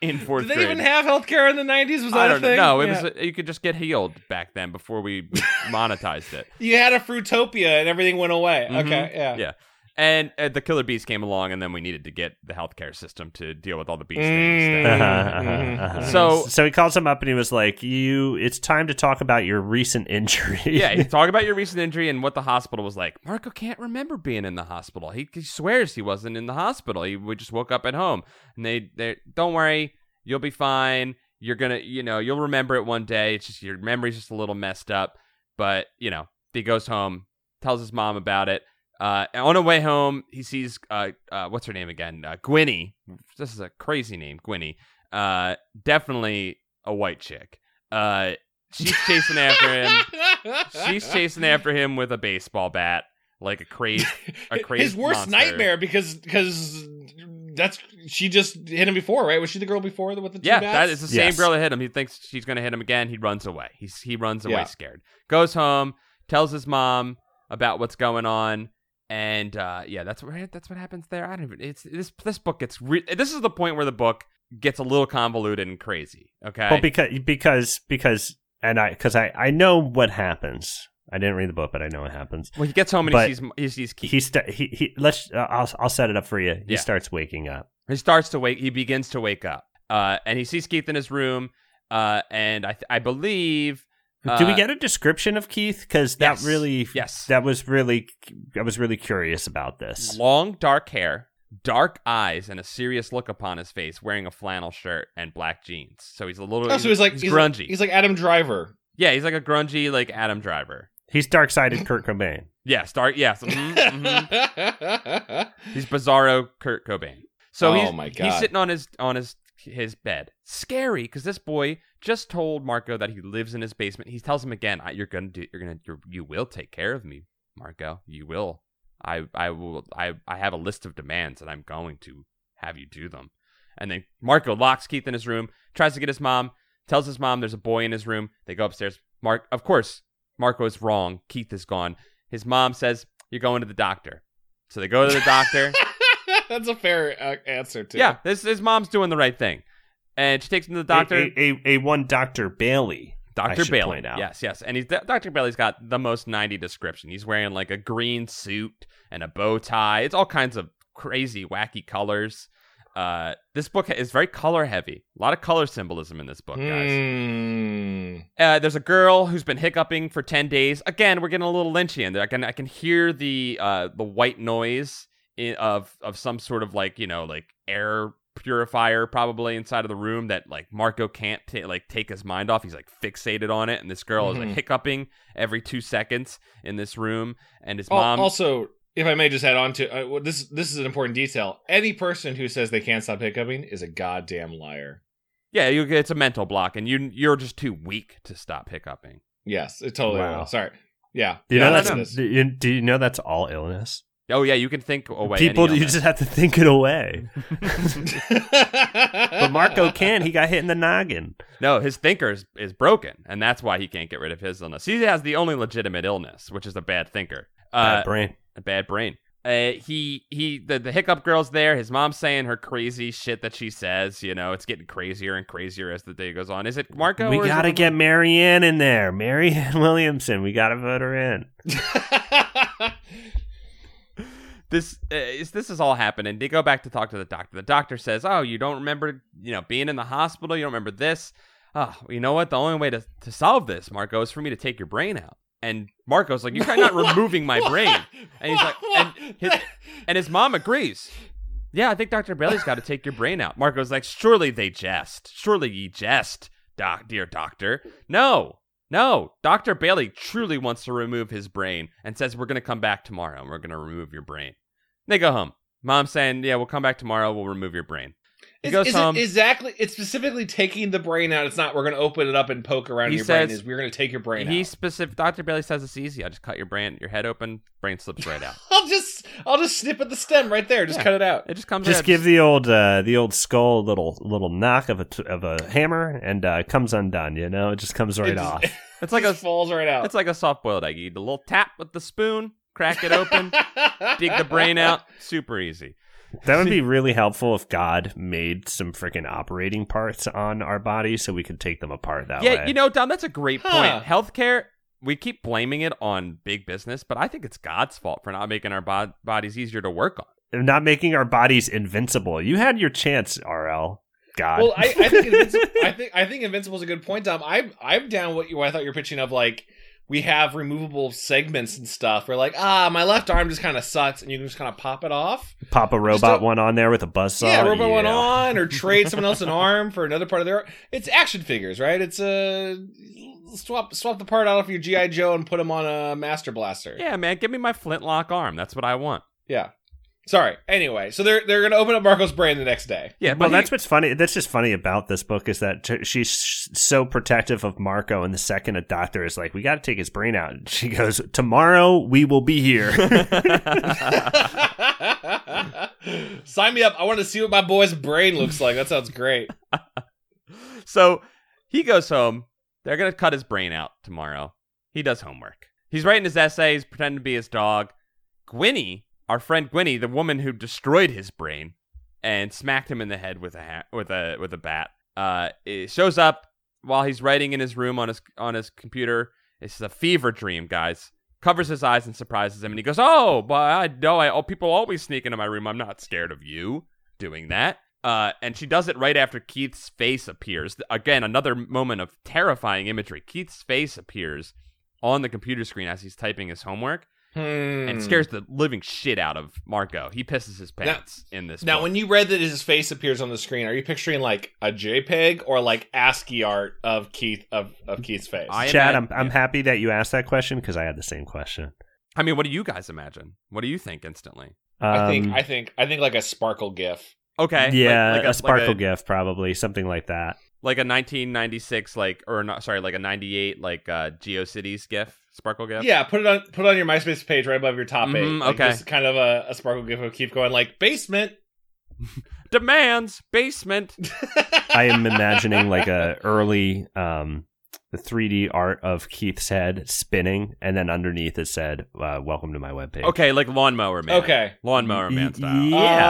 in fourth Did they grade." even have healthcare in the 90s? Was that I don't a thing? know. No, it Yeah. was you could just get healed back then before *laughs* we monetized it. You had a Fruitopia and everything went away. Mhm. Okay, yeah. Yeah. And uh, the killer bees came along, and then we needed to get the healthcare system to deal with all the bees. Mm. things. that- Uh-huh, Mhm, uh-huh, uh-huh. mhm. So- so he calls him up and he was like, "You, it's time to talk about your recent injury." *laughs* yeah, he talk about your recent injury and what the hospital was like. Marco can't remember being in the hospital. He, he swears he wasn't in the hospital. He we just woke up at home. And they they don't worry, you'll be fine. You're gonna you know you'll remember it one day. It's just your memory's just a little messed up. But you know he goes home, tells his mom about it. Uh, and on the way home, he sees uh, uh what's her name again? Uh, Gwynny. This is a crazy name, Gwynny. Uh, definitely a white chick. Uh, she's chasing after him. She's chasing after him with a baseball bat, like a *laughs* crazy. a His crazed worst monster. nightmare because because that's she just hit him before, right? Was she the girl before with the two Yeah, bats? that is the same Yes. girl that hit him. He thinks she's gonna hit him again. He runs away. He's he runs away Yeah. scared. Goes home, tells his mom about what's going on, and uh, yeah, that's what that's what happens there. I don't even. It's this this book gets re- this is the point where the book gets a little convoluted and crazy. Okay, Well, because because because and I because I I know what happens. I didn't read the book, but I know what happens. well, he gets home and but- he sees he sees Keith. He sta he, he let's uh, I'll I'll set it up for you. He Yeah. starts waking up. He starts to wake. He begins to wake up, uh, and he sees Keith in his room, uh, and I th- I believe. Uh, Do we get a description of Keith? Because that yes, really yes. that was really I was really curious about this. long dark hair, dark eyes, and a serious look upon his face, wearing a flannel shirt and black jeans. So he's a little. Oh, so he's like he's grungy. Like, he's like Adam Driver. yeah, he's like a grungy like Adam Driver. He's dark sided Kurt Cobain. Yes, dark. Yes, *laughs* mhm, mhm. he's Bizarro Kurt Cobain. So Oh he's, my God. he's sitting on his on his his bed, scary because this boy just told Marco that he lives in his basement. He tells him again, I, "You're gonna do. You're gonna. You're, you will take care of me, Marco. You will. I I will. I I have a list of demands, and I'm going to have you do them." And then Marco locks Keith in his room, tries to get his mom, tells his mom there's a boy in his room. They go upstairs. Mark, of course, Marco is wrong. Keith is gone. His mom says, "You're going to the doctor." So they go to the doctor. *laughs* *laughs* That's a fair uh, answer too. Yeah, this his mom's doing the right thing, and she takes him to the doctor, a, a, a- a one Doctor Bailey. Doctor should Bailey. point out. Yes, yes, and he's Doctor Bailey's got the most ninety description. He's wearing like a green suit and a bow tie. It's all kinds of crazy, wacky colors. Uh, this book is very color heavy. A lot of color symbolism in this book, guys. Hmm. Uh, there's a girl who's been hiccuping for ten days. Again, we're getting a little Lynchian. I can I can hear the uh, the white noise i of of some sort of like you know like air purifier probably inside of the room that like Marco can't ta like take his mind off. He's like fixated on it, and this girl is Mhm. like hiccuping every two seconds in this room, and his Al- mom. Also, if I may just add on to uh, well, this, this is an important detail. Any person who says they can't stop hiccuping is a goddamn liar. yeah, you, it's a mental block, and you you're just too weak to stop hiccuping. Yes, it totally. Wow. will. Sorry. Yeah. Do you yeah, know that's that's it. do you, do you know that's all illness? Oh yeah, you can think away. any People, you illness. just have to think it away. but *laughs* But Marco can. He got hit in the noggin. No, his thinker is, is broken, and that's why he can't get rid of his illness. He has the only legitimate illness, which is a bad thinker, uh, Bad brain. a bad brain. Uh, he he, the, the hiccup girl's there. His mom's saying her crazy shit that she says. You know, it's getting crazier and crazier as the day goes on. Is it Marco? we or is it gotta the- get Marianne in there. Marianne *laughs* Williamson. We gotta vote her in. *laughs* this uh, is this is all happening. They go back to talk to the doctor. The doctor says, "Oh, you don't remember, you know, being in the hospital. You don't remember this. Oh, you know what? The only way to, to solve this, Marco, is for me to take your brain out." And Marco's like, "You're *laughs* not removing my brain." And he's like, and his, and his mom agrees. Yeah, I think Dr. Bailey's got to take your brain out. Marco's like, surely they jest. Surely ye jest. doc, dear doctor. No, no. Dr. Bailey truly wants to remove his brain and says, We're going to come back tomorrow and we're going to remove your brain. They go home. Mom's saying, Yeah, we'll come back tomorrow. We'll remove your brain. He Is, goes is home. it exactly? It's specifically taking the brain out. It's not. We're going to open it up and poke around in He your brain. says- Is we're going to take your brain he out. specific. Dr. Bailey says it's easy. I just cut your brain, your head open, brain slips right out. I'll just I'll just snip at the stem right there. Just Yeah. cut it out. It just comes. Just out. give the old uh, the old skull little little knock of a t- of a hammer and uh, it comes undone. You know, it just comes right It just- *laughs* off. It's like just a falls right out. It's like a soft boiled egg. You do a little tap with the spoon, crack it open, dig the *laughs* brain *laughs* out. Super easy. That would be really helpful if God made some freaking operating parts on our body so we could take them apart that way. yeah, you know, Don, that's a great Huh. point. Healthcare, we keep blaming it on big business, but I think it's God's fault for not making our bod- bodies easier to work on. not making our bodies invincible. You had your chance, RL. God. Well, I, I *laughs* think Invincible, I think I think Invincible is a good point, Dom. I'm I'm down what you what I thought you were pitching of like we have removable segments and stuff. We're like, ah, my left arm just kind of sucks, and you can just kind of pop it off. Pop a Just robot a- one on there with a buzzsaw. yeah, robot one on, or trade someone else an arm for another part of their. It's action figures, right? It's a swap swap the part out of your GI Joe and put them on a Master Blaster. Yeah, man, give me my flintlock arm. That's what I want. Sorry. Anyway, so they're they're gonna open up Marco's brain the next day. *laughs* Yeah, Well, but that's what's funny. That's just funny about this book is that t- she's sh- so protective of Marco, and the second a doctor is like, "We got to take his brain out," she goes, "Tomorrow we will be here." *laughs* Sign me up. I want to see what my boy's brain looks like. That sounds great. so he goes home. They're going to cut his brain out tomorrow. He does homework. He's writing his essays, pretending to be his dog. Gwynny, our friend Gwynny, the woman who destroyed his brain and smacked him in the head with a ha- with a with a bat, uh, it shows up while he's writing in his room on his on his computer. This is a fever dream, guys. Covers his eyes and surprises him, and he goes, "Oh, but I know I. Oh, people always sneak into my room. I'm not scared of you." doing that. Uh, and she does it right after Keith's face appears. Again, another moment of terrifying imagery. Keith's face appears on the computer screen as he's typing his homework Hmm. and scares the living shit out of Marco. He pisses his Now- pants in this. Now, when you read that his face appears on the screen, are you picturing like a JPEG or like ASCII art of Keith of, of Keith's face? *laughs* I- Chad, I'm imagine- I'm happy that you asked that question because I had the same question. I mean, what do you guys imagine? What do you think instantly? I think Um, I think I think like a sparkle GIF. Okay, like- yeah, like, a, sparkle like a, gift, probably something like that. like a 1996, like or not, sorry, like a 98, like uh, GeoCities GIF, Sparkle GIF. Yeah, put it on put it on your MySpace page right above your top Mm-hmm, Mhm, eight. Like, okay. just kind of a, a sparkle GIF of Keith going like basement. demands basement. *laughs* I am *laughs* imagining like a early um, the 3D art of Keith's head spinning, and then underneath it said, uh, "Welcome to my webpage." Okay, like lawnmower man. Okay. lawnmower man style. Yeah. Yeah.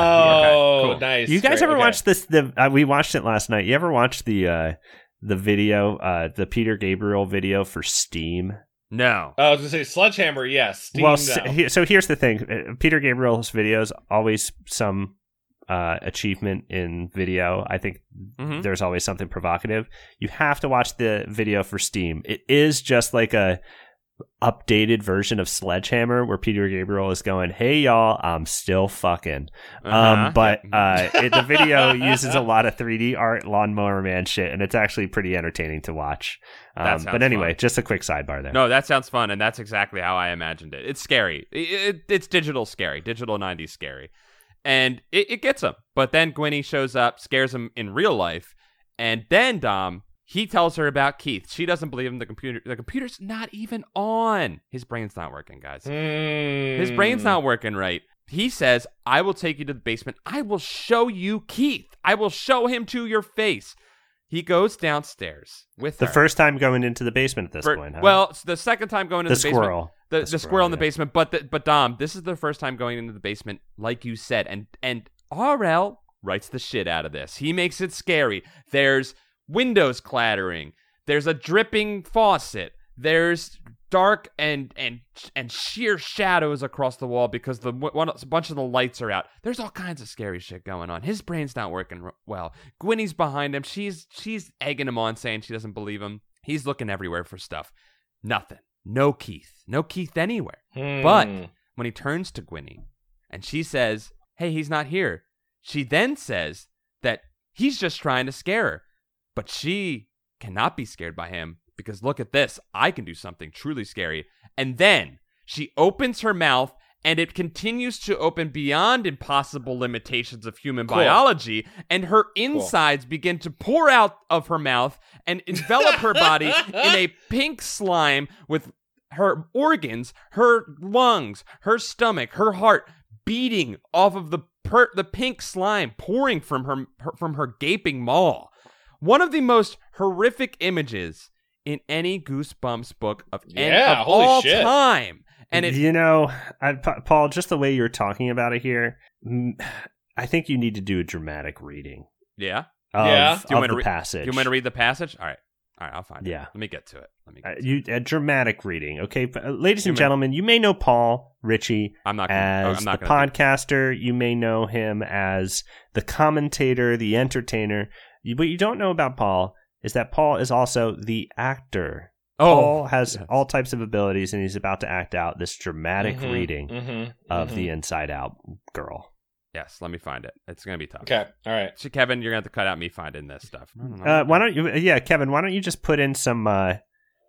Oh, Okay, cool. nice. You guys Great, ever okay. watched this? The uh, we watched it last night. You ever watched the uh, the video, uh, the Peter Gabriel video for Steam? No. Oh, I was gonna say sledgehammer. Yes. Steam, well, no. so, he- so here's the thing: Uh, Peter Gabriel's videos always some uh, achievement in video. I think Hmm? Mhm. there's always something provocative. You have to watch the video for Steam. It is just like a updated version of Sledgehammer where Peter Gabriel is going, "Hey y'all, I'm still fucking." Uh-huh. Um, *laughs* but Yep. uh, it, the video uses a lot of 3D art, lawnmower man shit, and it's actually pretty entertaining to watch. That Um, sounds but anyway, fun. just a quick sidebar there. no, that sounds fun, and that's exactly how I imagined it. It's scary. I- I- it- it's digital scary, digital '90s scary, and it, it gets him. But then Gwynny shows up, scares him in real life, and then Dom he tells her about Keith. She doesn't believe him. The computer, the computer's not even on. His brain's not working, guys. His brain's Hmm. not working right. He says, I will take you to the basement. I will show you Keith. I will show him to your face. He goes downstairs with The her. first time going into the basement at this For- point. Huh? Well, it's the second time going the, into the, basement. squirrel. The, the, squirrel, in the yeah. basement. But the, but Dom, this is the first time going into the basement, like you said. And and RL writes the shit out of this. He makes it scary. There's windows clattering. There's a dripping faucet. There's dark and and and sheer shadows across the wall because the one a bunch of the lights are out. There's all kinds of scary shit going on. His brain's not working r- well. Gwynny's behind him. She's she's egging him on, saying she doesn't believe him. He's looking everywhere for stuff. Nothing. No Keith. No Keith anywhere Hmm. But- when he turns to Gwynny and she says, Hey, he's not here. She then says that he's just trying to scare her. But she cannot be scared by him because look at this. I can do something truly scary. And then she opens her mouth and it continues to open beyond impossible limitations of human Cool. biology and her insides begin to pour out of her mouth and envelop her body in *laughs* a pink slime with her organs, her lungs, her stomach, her heart beating off of the per- the pink slime pouring from her, her from her gaping maw. One of the most horrific images in any Goosebumps book of any Yeah, of holy all shit. time. And it you know, I, Pa- Paul, just the way you're talking about it here, mm, I think you need to do a dramatic reading yeah. of, Yeah. Do you of want me to the re- passage. Do you want me to read the passage? All right. All right, I'll find it. Yeah. Let me get to it. Let me Uh, get to it. you a dramatic reading, okay, But, uh, ladies and Dramatic. gentlemen. You may know Paul Ritchie I'm not gonna oh, as I'm the not gonna do podcaster. You may know him as the commentator, the entertainer. You, what you don't know about Paul is that Paul is also the actor. it. Oh Paul has yes. all types of abilities, and he's about to act out this dramatic Mm-hmm. Mhm, reading mhm, of mhm. the Inside Out girl. Yes, let me find it. It's gonna be tough. Okay, all right. So Kevin, you're gonna have to cut out me finding this stuff. I don't know. Uh, why don't you? Yeah, Kevin, why don't you just put in some uh,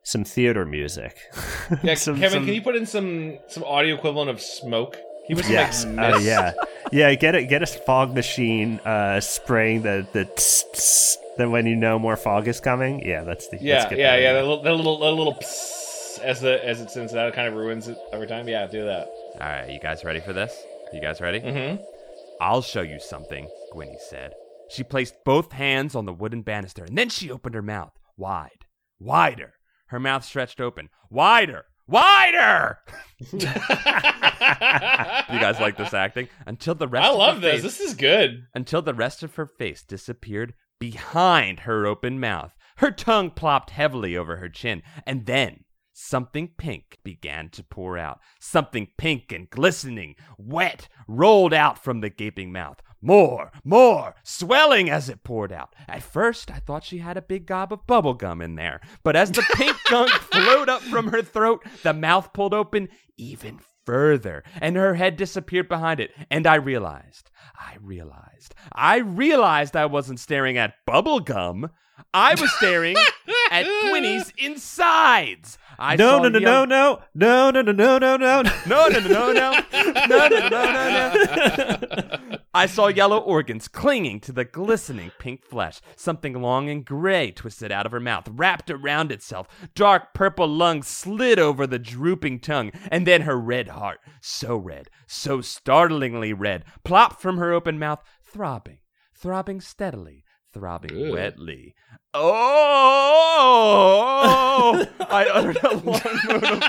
some theater music? *laughs* Yeah, Some- Kevin, some- can you put in some some audio equivalent of smoke? Can you put some Yes. like Uh, mist? *laughs* yeah. Yeah. Get it. Get a fog machine uh, spraying the the tss, tss, then when you know more fog is coming. Yeah, that's the. Yeah, let's get yeah, that in yeah. there. That little, that little, that little psst as the as it sends it out, it kind of ruins it every time. Yeah, do that. All right, you guys ready for this? You guys ready? Mm-hmm. I'll show you something, Gwynny said. She placed both hands on the wooden banister, and then she opened her mouth wide, wider. Her mouth stretched open, wider, wider. *laughs* You guys *laughs* like this acting? Until the rest. I of her love this. face- This is good. until the rest of her face disappeared behind her open mouth. Her tongue plopped heavily over her chin, and then something pink began to pour out. Something pink and glistening, wet, rolled out from the gaping mouth. More, more, swelling as it poured out. At first, I thought she had a big gob of bubble gum in there, but as the pink gunk flowed up from her throat, the mouth pulled open even further, and her head disappeared behind it. And I realized, I realized, I realized I wasn't staring at bubblegum. I was *laughs* staring at Quinny's insides. I no, saw no, no, young- no, no, no, no, no, no, no, *laughs* no, no. no, no, no, no, no, no, no, no, no. I saw yellow organs clinging to the glistening pink flesh. Something long and gray twisted out of her mouth, wrapped around itself. Dark purple lungs slid over the drooping tongue, and then her red heart, so red, so startlingly red, plopped from her open mouth, throbbing, throbbing steadily, throbbing Ew. wetly. Oh! I uttered a long moan of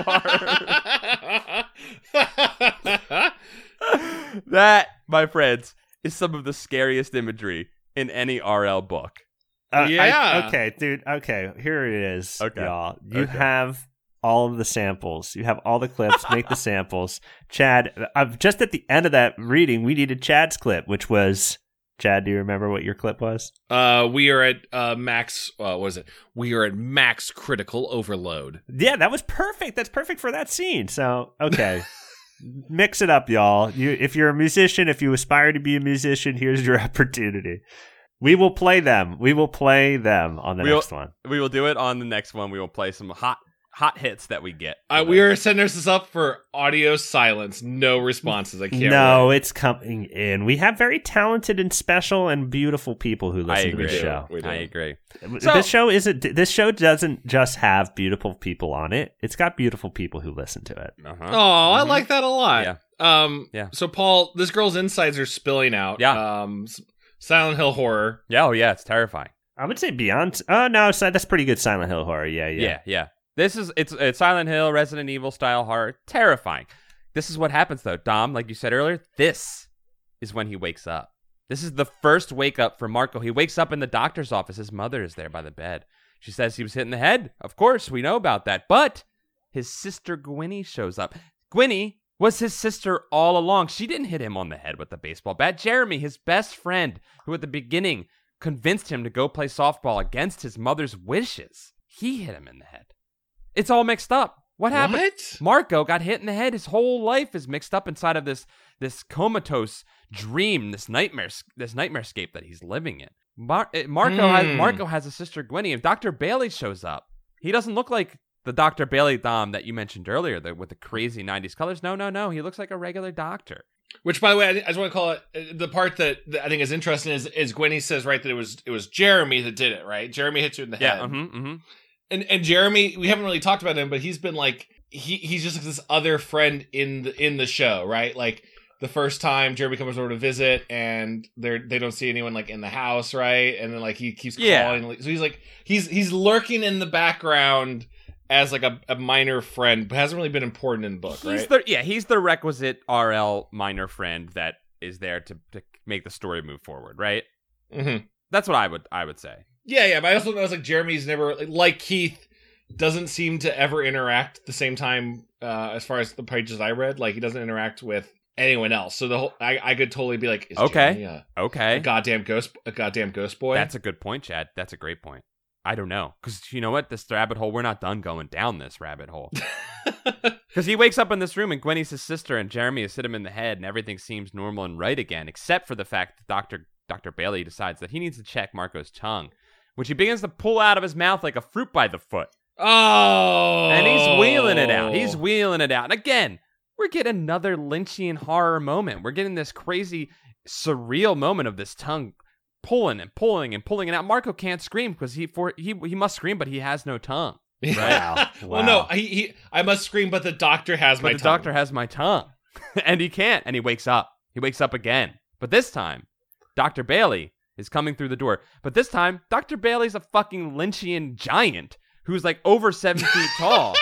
horror *laughs* that, my friends, is some of the scariest imagery in any RL book. Uh, I- Yeah. okay, dude. Okay, here it is, Okay. y'all. You Okay. have all of the samples. You have all the clips. *laughs* Make the samples. Chad, uh, just at the end of that reading, we needed Chad's clip, which was Chad. Do you remember what your clip was? *laughs* uh, we are at uh, max. Uh, what is it? We are at max critical overload. Yeah, that was perfect. That's perfect for that scene. So *laughs* okay. Mix it up, y'all. You, if you're a musician, if you aspire to be a musician, here's your *laughs* opportunity. We will play them. We will play them on the We'll- next one. We will do it on the next one. We will play some hot hot hits that we get. Uh, we are setting ourselves up for audio silence. No responses. I can't. No, it's coming in. We have very talented and special and beautiful people who I listen to agree. this show. We do. I agree. So- this show isn't. This show doesn't just have beautiful people on it. It's got beautiful people who listen to it. Uh-huh. Oh, I Mhm. like that a lot. Yeah. Um. Yeah. So Paul, this girl's insides are spilling out. Yeah. Um. s- Silent Hill horror. Yeah, oh yeah, it's terrifying. I would say beyond. Oh no, si- that's pretty good Silent Hill horror. Yeah, Yeah, yeah. yeah. This is it's, it's Silent Hill, Resident Evil style horror. Terrifying. This is what happens though, Dom. Like you said earlier, this is when he wakes up. This is the first wake up for Marco. He wakes up in the doctor's office. His mother is there by the bed. She says he was hit in the head. Of course, we know about that. But his sister Gwynny shows up. Gwynny was his sister all along. She didn't hit him on the head with the baseball bat. Jeremy, his best friend, who at the beginning convinced him to go play softball against his mother's wishes, he hit him in the head. It's all mixed up. What happened? What? Marco got hit in the head. His whole life is mixed up inside of this this comatose dream, this nightmare, this nightmarescape that he's living in. Mar- eh, Marco has Hmm. Marco has a sister Gwenny. If Doctor Bailey shows up, he doesn't look like the Doctor Bailey Dom that you mentioned earlier, the, with the crazy '90s colors. No, no, no. He looks like a regular doctor. Which, by the way, I, I just want to call it uh, the part that, that I think is interesting is is Gwenny says right that it was it was Jeremy that did it, right? Jeremy hits you in the head, Yeah. Mm-hmm, mm-hmm. and and Jeremy, we haven't really talked about him, but he's been like he he's just this other friend in the in the show, right? Like the first time Jeremy comes over to visit, and they they don't see anyone like in the house, right? And then like he keeps Yeah. calling, so he's like he's he's lurking in the background as like a, a minor friend, but hasn't really been important in the book, He's right? the yeah. He's the requisite RL minor friend that is there to, to make the story move forward. Right. hmm That's what I would I would say. Yeah, yeah, but I also noticed like Jeremy's never like Keith doesn't seem to ever interact at the same time uh, as far as the pages I read. Like he doesn't interact with anyone else. So the whole I, I could totally be like, is Okay. Jeremy a, a Okay. goddamn ghost, a goddamn ghost boy. That's a good point, Chad. That's a great point. I don't know. Because you know what? This rabbit hole, we're not done going down this rabbit hole. Because he wakes up in this room and Gwenny's his sister and Jeremy has hit him in the head and everything seems normal and right again, except for the fact that Dr. Dr. Bailey decides that he needs to check Marco's tongue, which he begins to pull out of his mouth like a fruit by the foot. oh, And he's wheeling it out. *laughs* He's wheeling it out. And again, we're getting another Lynchian horror moment. We're getting this crazy, surreal moment of this tongue pulling and pulling and pulling it out. Marco can't scream because he for he he must scream, but he has no tongue. Wow. well, Wow. no, he, he I must scream, but the doctor has But my the tongue. doctor has my tongue, *laughs* and he can't. And he wakes up. He wakes up again, but this time, Doctor Bailey is coming through the door. But this time, Doctor Bailey's a fucking Lynchian giant who's like over seven *laughs* feet tall.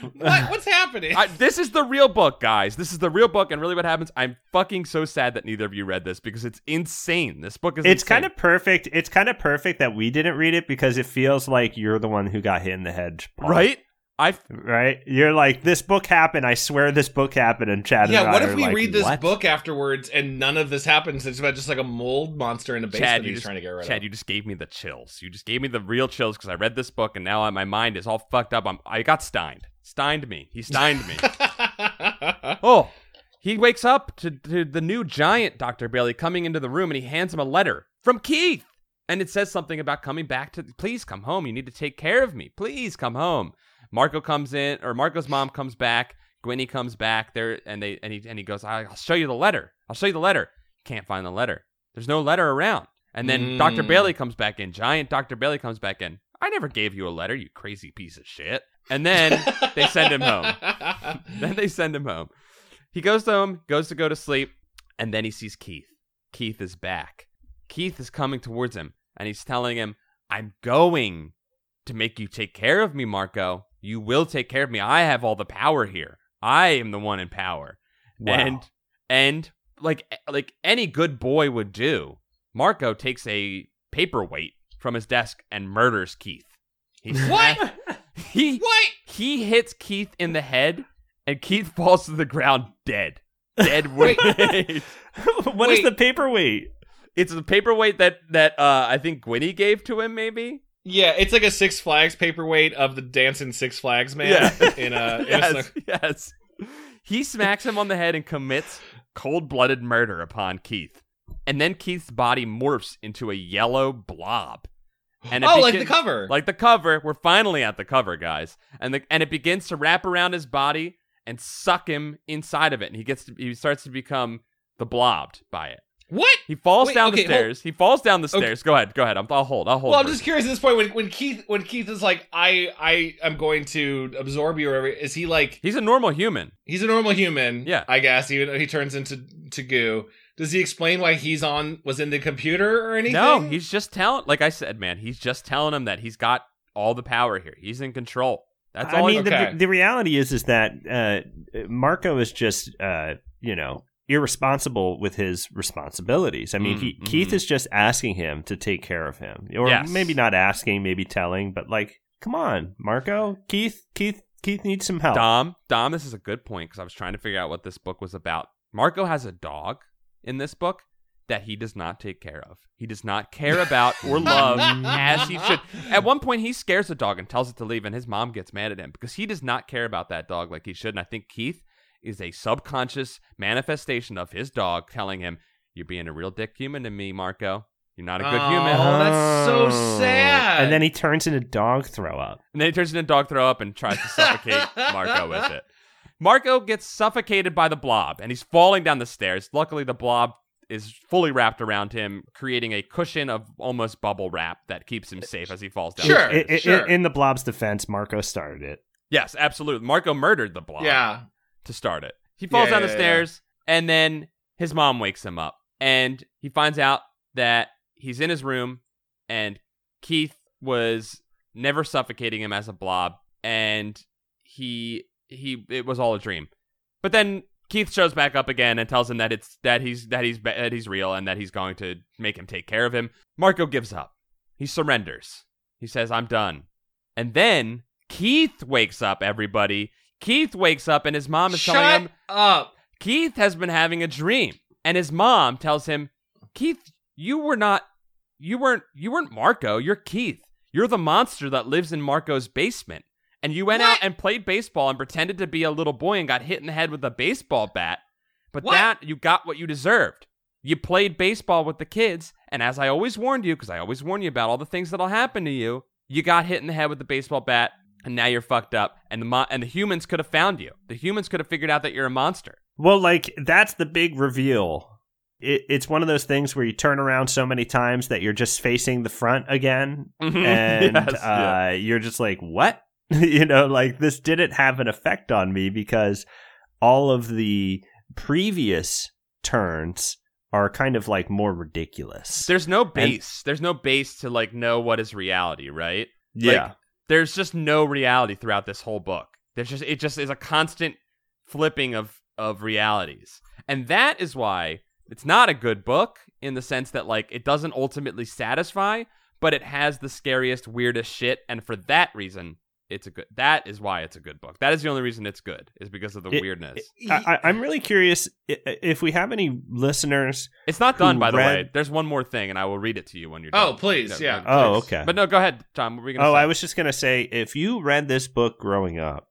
what, what's happening? *laughs* I, this is the real book, guys. This is the real book, and really what happens. I'm fucking so sad that neither of you read this because it's insane. This book is. It's insane. kind of perfect. It's kind of perfect that we didn't read it because it feels like you're the one who got hit in the head, Paul. right. I Right? You're like, this book happened. I swear this book happened. And Chad, and yeah, I what if are we like, read this "What?" book afterwards and none of this happens? It's about just like a mold monster in a basement Chad, that you he's just trying to get rid Chad, of. you just gave me the chills. You just gave me the real chills because I read this book and now my mind is all fucked up. I'm I got steined. Steined me. He steined *laughs* me. oh, he wakes up to, to the new giant Doctor Bailey coming into the room and he hands him a letter from Keith. And it says something about coming back to please come home. You need to take care of me. Please come home. Marco comes in or Marco's mom comes back. Gwenny comes back there and they and he and he goes, "I- I'll show you the letter. I'll show you the letter. Can't find the letter. There's no letter around. And then Dr. Mm. Bailey comes back in. Giant Dr. Bailey comes back in. I never gave you a letter, you crazy piece of shit. And *laughs* then they send him home. then they send him home. He goes to home, goes to go to sleep, and then he sees Keith. Keith is back. Keith is coming towards him, and he's telling him, I'm going to make you take care of me, Marco. You will take care of me. I have all the power here. I am the one in power. Wow. *laughs* And and like like any good boy would do, Marco takes a paperweight from his desk and murders Keith. He What? he what? he hits Keith in the head, and Keith *laughs* falls to the ground dead. Dead weight. *laughs* What is Wait. the paperweight? *laughs* it's the paperweight that that uh, I think Gwynny gave to him, maybe. Yeah, it's like a Six Flags paperweight of the dancing Six Flags man Yeah. *laughs* in a, in a yes, yes. He smacks him on the head and commits cold-blooded murder upon Keith, and then Keith's body morphs into a yellow blob. And it oh, like begin- the cover. Like the cover, we're finally at the cover, guys. And the and it begins to wrap around his body and suck him inside of it. And he gets to, he starts to become the blobbed by it. what? He falls Wait, down the okay, hold- stairs. He falls down the Okay. stairs. Go ahead. Go ahead. I'm, I'll hold. I'll hold. Well, I'm for- just curious at this point when, when Keith when Keith is like I I am going to absorb you or whatever. Is he like He's a normal human. he's a normal human? Yeah. I guess even though he turns into to goo. Does he explain why he's on was in the computer or anything? No, he's just telling. Like I said, man, he's just telling him that he's got all the power here. He's in control. That's all. I he- mean, okay. the, the reality is is that uh, Marco is just uh, you know irresponsible with his responsibilities. I mean, Mm, he, Mm-hmm. mhm. Keith is just asking him to take care of him, or Yes. maybe not asking, maybe telling, but like, come on, Marco, Keith, Keith, Keith needs some help. Dom, Dom, this is a good point because I was trying to figure out what this book was about. Marco has a dog in this book that he does not take care of. He does not care about or love *laughs* as he should. At one point, he scares the dog and tells it to leave, and his mom gets mad at him because he does not care about that dog like he should. And I think Keith is a subconscious manifestation of his dog telling him, You're being a real dick human to me, Marco. You're not a good oh, human. that's so Oh. sad. And then he turns into dog throw up. And then he turns into a dog throw up and tries to suffocate Marco with it. Marco gets suffocated by the blob and he's falling down the stairs. Luckily, the blob is fully wrapped around him, creating a cushion of almost bubble wrap that keeps him safe as he falls down. the Sure. stairs. I- I- sure. in the blob's defense, Marco started it. Yes, absolutely. Marco murdered the blob yeah. to start it. He falls Yeah, down the yeah, yeah. stairs and then his mom wakes him up and he finds out that he's in his room and Keith was never suffocating him as a blob and he he it was all a dream. But then Keith shows back up again and tells him that it's that he's that he's that he's real and that he's going to make him take care of him. Marco gives up. He surrenders. He says, "I'm done." And then Keith wakes up. Everybody, Keith wakes up and his mom is telling Shut him up. Keith has been having a dream, and his mom tells him, "Keith, you were not, you weren't, you weren't Marco. You're Keith. You're the monster that lives in Marco's basement, and you went out What? and played baseball and pretended to be a little boy and got hit in the head with a baseball bat. But What? that you got what you deserved. You played baseball with the kids, and as I always warned you, because I always warn you about all the things that'll happen to you, you got hit in the head with the baseball bat." And now you're fucked up, and the mo- and the humans could have found you. The humans could have figured out that you're a monster. Well, like that's the big reveal. It, it's one of those things where you turn around so many times that you're just facing the front again, Mhm. *laughs* and Yes, uh, yeah. you're just like, "What?" *laughs* you know, like this didn't have an effect on me because all of the previous turns are kind of like more ridiculous. there's no base. there's no base to like know what is reality, right? yeah, like- There's just no reality throughout this whole book. There's just it just is a constant flipping of of realities. And that is why it's not a good book in the sense that like it doesn't ultimately satisfy, but it has the scariest, weirdest shit and for that reason it's a good that is why it's a good book. That is the only reason it's good is because of the It- weirdness. I, I, I'm really curious i- i- if we have any listeners. it's not done by the read- way. There's one more thing and I will read it to you when you're Oh, done. please, yeah. Oh, please. okay. But no, go ahead, Tom. What were you going to Oh, say? I was just gonna say, if you read this book growing up,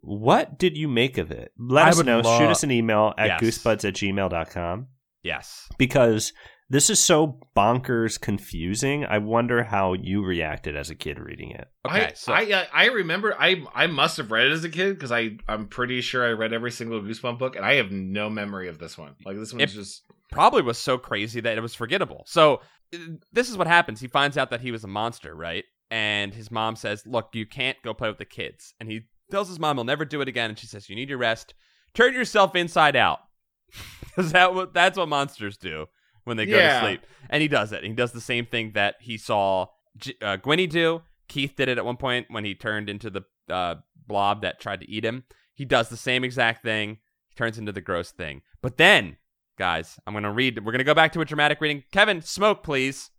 what did you make of it? Let I us would know. love- Shoot us an email at Yes. goosebuds at gmail.com Yes. because this is so bonkers confusing. I wonder how you reacted as a kid reading it. Okay. I, so I uh, I remember I I must have read it as a kid because I I'm pretty sure I read every single Goosebump book and I have no memory of this one. Like this one's It- just *laughs* probably was so crazy that it was forgettable. So uh, this is what happens. He finds out that he was a monster, right? And his mom says, "Look, you can't go play with the kids." And he tells his mom he'll never do it again. And she says, "You need your rest. Turn yourself inside out." *laughs* 'Cause that what that's what monsters do when they go Yeah. to sleep. And he does it. He does the same thing that he saw J- uh, Gwenny do. Keith did it at one point when he turned into the uh, blob that tried to eat him. He does the same exact thing. He turns into the gross thing. But then, guys, I'm going to read. We're going to go back to a dramatic reading. Kevin, smoke, please.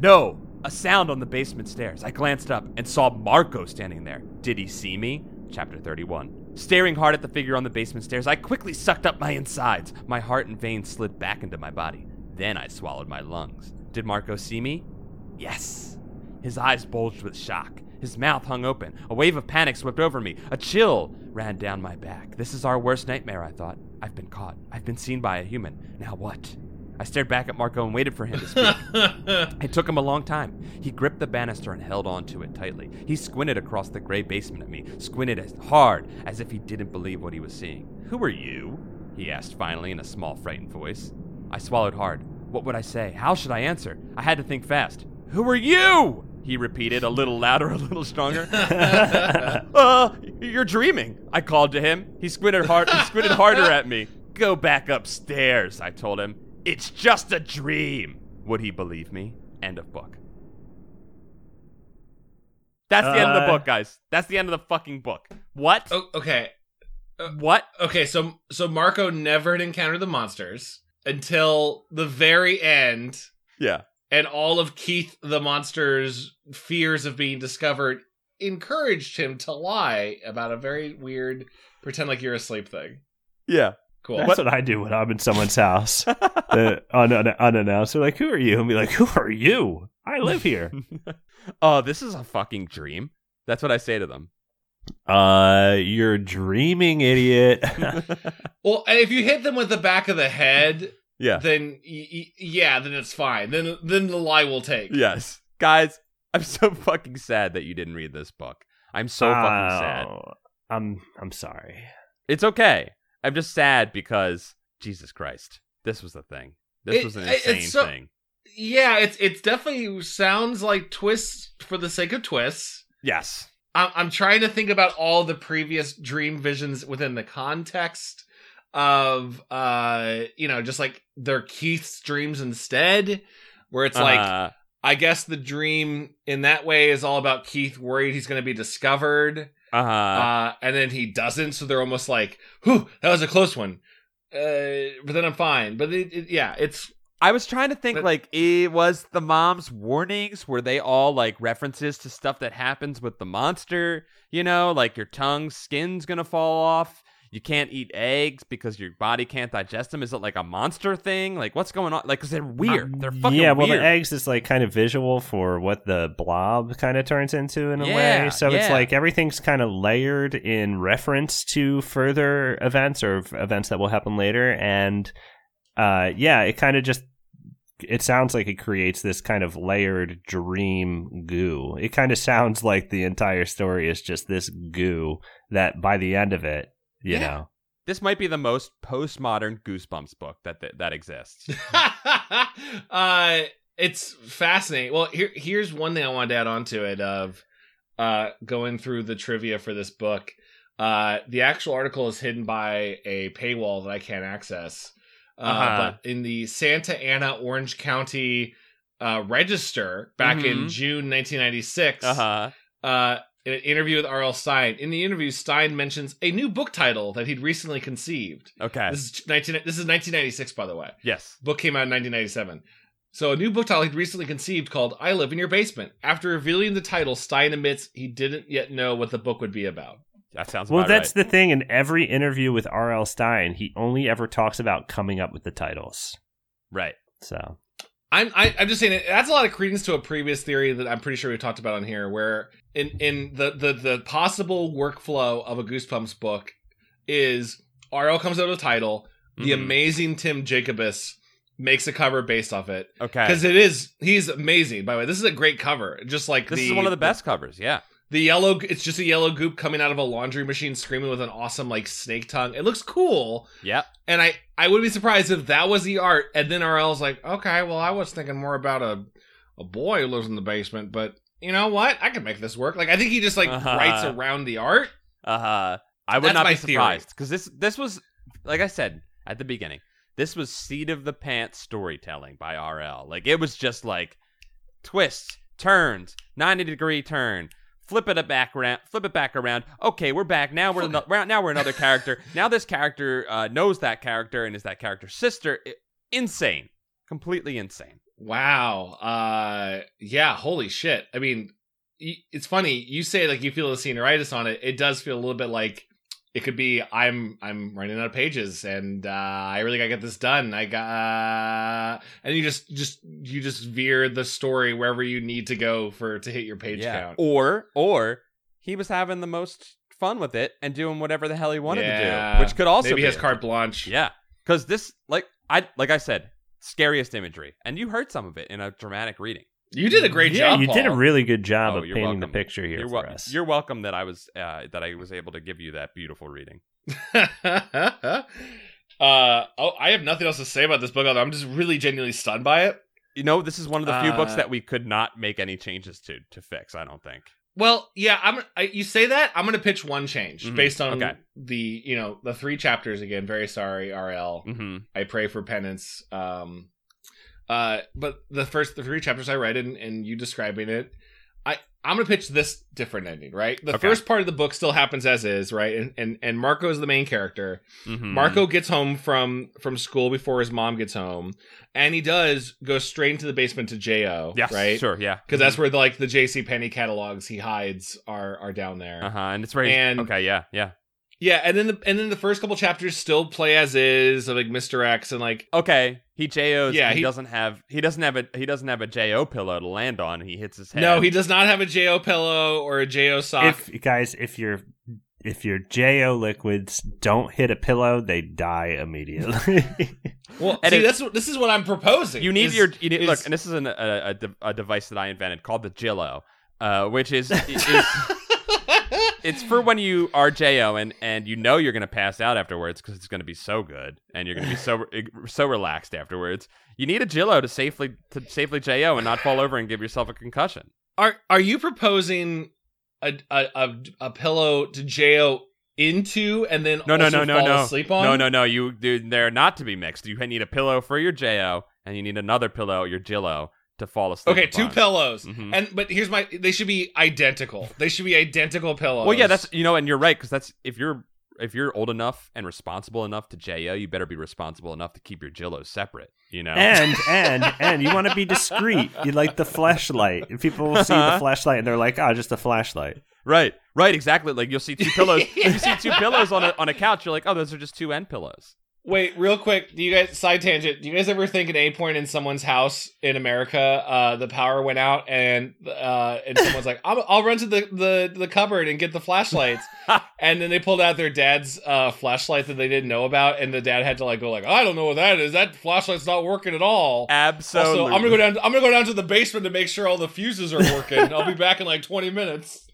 No. A sound on the basement stairs. I glanced up and saw Marco standing there. Did he see me? Chapter 31. Staring hard at the figure on the basement stairs, I quickly sucked up my insides. My heart and veins slid back into my body. Then I swallowed my lungs. Did Marco see me? Yes. His eyes bulged with shock. His mouth hung open. A wave of panic swept over me. A chill ran down my back. This is our worst nightmare, I thought. I've been caught. I've been seen by a human. Now what? I stared back at Marco and waited for him to speak. It took him a long time. He gripped the banister and held on to it tightly. He squinted across the gray basement at me, squinted as hard as if he didn't believe what he was seeing. Who are you? He asked finally in a small, frightened voice. I swallowed hard. What would I say? How should I answer? I had to think fast. Who are you? He repeated, a little louder, *laughs* a little stronger. Uh, you're dreaming, I called to him. He squinted hard he squinted harder at me. Go back upstairs, I told him. It's just a dream. Would he believe me? End of book. That's the end of the Uh, book, guys. That's the end of the fucking book. What? O- Oh, okay, What? okay. So so Marco never had encountered the monsters until the very end, Yeah. and all of Keith the monster's fears of being discovered encouraged him to lie about a very weird pretend like you're asleep thing. Yeah. Cool. That's what I do when I'm in someone's house uh, un- un- unannounced. They're like, "Who are you?" And be like, "Who are you? I *laughs* live here." *laughs* Oh, this is a fucking dream. That's what I say to them. uh, *laughs* you're dreaming, idiot. Well, and if you hit them with the back of the head, Yeah. then y- y- yeah, then it's fine. Then then the lie will take. Yes. Guys, I'm so fucking sad that you didn't read this book. I'm so fucking sad. Oh, I'm I'm sorry. It's okay. I'm just sad because Jesus Christ. This was the thing. This It- was an I- it's insane so- thing. Yeah, it's it's definitely sounds like twists for the sake of twists. Yes. I'm, I'm trying to think about all the previous dream visions within the context of uh you know just like their Keith's dreams instead, where it's like Uh, I guess the dream in that way is all about Keith worried he's going to be discovered, uh, uh, and then he doesn't. So they're almost like, "Whew, that was a close one." Uh, but then I'm fine. But it, it- yeah, it's *laughs* I was trying to think But- like it was the mom's warnings were they all like references to stuff that happens with the monster, you know, like your tongue's skin's going to fall off, you can't eat eggs because your body can't digest them. Is it like a monster thing? Like what's going on? Like cuz Uh, they're weird. they're fucking yeah, well, weird. the eggs is like kind of visual for what the blob kind of turns into in a Yeah, way. So it's yeah. like everything's kind of layered in reference to further events or f- events that will happen later. And uh, yeah, it kind of just it sounds like it creates this kind of layered dream goo. It kind of sounds like the entire story is just this goo that by the end of it, you Yeah. know. this might be the most postmodern goosebumps book that that, that *laughs* exists. uh, it's fascinating. Well, here here's one thing I wanted to add on to it of uh, going through the trivia for this book. Uh, the actual article is hidden by a paywall that I can't access. Uh, Uh-huh. But in the Santa Ana, Orange County uh, Register back in Mhm. June 1996, Uh-huh. uh, in an interview with R.L. Stein. In the interview, Stein mentions a new book title that he'd recently conceived. Okay. This is 19, this is 1996, by the way. Yes. Book came out in 1997. So a new book title he'd recently conceived called "I Live in Your Basement." After revealing the title, Stein admits he didn't yet know what the book would be about. That sounds Well, about that's right. the thing. In every interview with R.L. Stein, he only ever talks about coming up with the titles. right. So I'm I, I'm just saying it- that's a lot of credence to a previous theory that I'm pretty sure we talked about on here, where in in the the the possible workflow of a Goosebumps book is RL comes out with a title, the Mhm. amazing Tim Jacobus makes a cover based off it Okay. because it is he's amazing. By the way, this is a great cover. Just like This the, is one of the best covers. Yeah. The yellow, it's just a yellow goop coming out of a laundry machine, screaming with an awesome like snake tongue. It looks cool, Yep. and I I would be surprised if that was the art. And then RL's like, okay, well, I was thinking more about a a boy who lives in the basement, but you know what? I can make this work. Like I think he just like Uh-huh. writes around the art. Uh-huh. I would That's not my be theory. surprised cuz this this was like I said at the beginning. This was seat of the pants storytelling by RL. Like it was just like twists, turns, 90 degree turn. Flip it a back around, flip it back around. Okay, we're back. Now we're, ano- we're now we're another *laughs* character. Now this character uh, knows that character and is that character's sister. I- insane. Completely insane. Wow. Uh, yeah. Holy shit. I mean, y- it's funny you say like you feel the senioritis on it. It does feel a little bit like it could be I'm I'm running out of pages and uh, I really gotta get this done. I got and you just just you just veer the story wherever you need to go for to hit your page count. Or or he was having the most fun with it and doing whatever the hell he wanted Yeah. to do, which could also Maybe be his it. carte *laughs* blanche. Yeah, because this like I like I said, scariest imagery, and you heard some of it in a dramatic reading. You did a great yeah, job. you did a Paul. really good job Oh, of you're painting the welcome. picture here You're, for wel- us. you're welcome that I was uh, that I was able to give you that beautiful reading. *laughs* uh, oh, I have nothing else to say about this book. Other, I'm just really genuinely stunned by it. You know, this is one of the few books Uh, that we could not make any changes to to fix. I don't think. Well, yeah, I'm. I, you say that I'm going to pitch one change Mhm, based on okay. the you know the three chapters again. Very sorry, RL. hmm I pray for penance. Um, uh, but the first the three chapters I read and and you describing it, I I'm going to pitch this different ending. Right, the Okay. first part of the book still happens as is. Right, and and and Marco is the main character. hmm Marco gets home from from school before his mom gets home, and he does go straight into the basement to Jo. Yes. right. Sure. Yeah. Because that's where the, like the J.C. Penney catalogs he hides are are down there. Uh huh. And it's very And- okay. Yeah. Yeah. Yeah, and then the and then the first couple chapters still play as is, of, like Mr. X and like Okay. He JOs. Yeah, He, he- doesn't have. He doesn't have a. He doesn't have a JO pillow to land on. He hits his head. no, he does not have a Jo pillow or a Jo sock. if guys, if you're if your Jo liquids don't hit a pillow, they die *laughs* immediately. Well, And see, it- that's what this is what I'm proposing. You need is- *laughs* your you need, look, is- and this is an, a, a, de- a device that I invented called the Jillo, uh, which is, i- *laughs* is it's for when you are Jo and and you know you're gonna pass out afterwards because it's gonna be so good and you're gonna be *laughs* so so relaxed afterwards. You need a Jillo to safely to safely Jo and not fall over and give yourself a concussion. Are are you proposing a a a, a pillow to Jo into and then No, no, also no, no, fall no, asleep on? no, no, no. You dude, they're not to be mixed. You need a pillow for your Jo and you need another pillow, your Jillo, to fall asleep. Okay, two upon. pillows. Mhm. And but here's my they should be identical. They should be identical pillows. Well, yeah, that's you know, and you're right because that's if you're if you're old enough and responsible enough to JO, you better be responsible enough to keep your Jillos separate. You know, Eh. and and and you want to be discreet. You like the flashlight. People will see Uh-huh. the flashlight and they're like, "Oh, just a flashlight." right, right, exactly. Like you'll see two *laughs* pillows. You see two pillows on a on a couch. You're like, oh, those are just two end pillows. Wait, real quick, do you guys side tangent? Do you guys ever think at any point in someone's house in America, uh, the power went out and uh, and someone's like, I'm, "I'll run to the, the the cupboard and get the flashlights," and then they pulled out their dad's uh, flashlight that they didn't know about, and the dad had to like go like, "I don't know what that is. That flashlight's not working at all." Absolutely. Also, I'm gonna go down. I'm gonna go down to the basement to make sure all the fuses are working. I'll be back in like 20 minutes.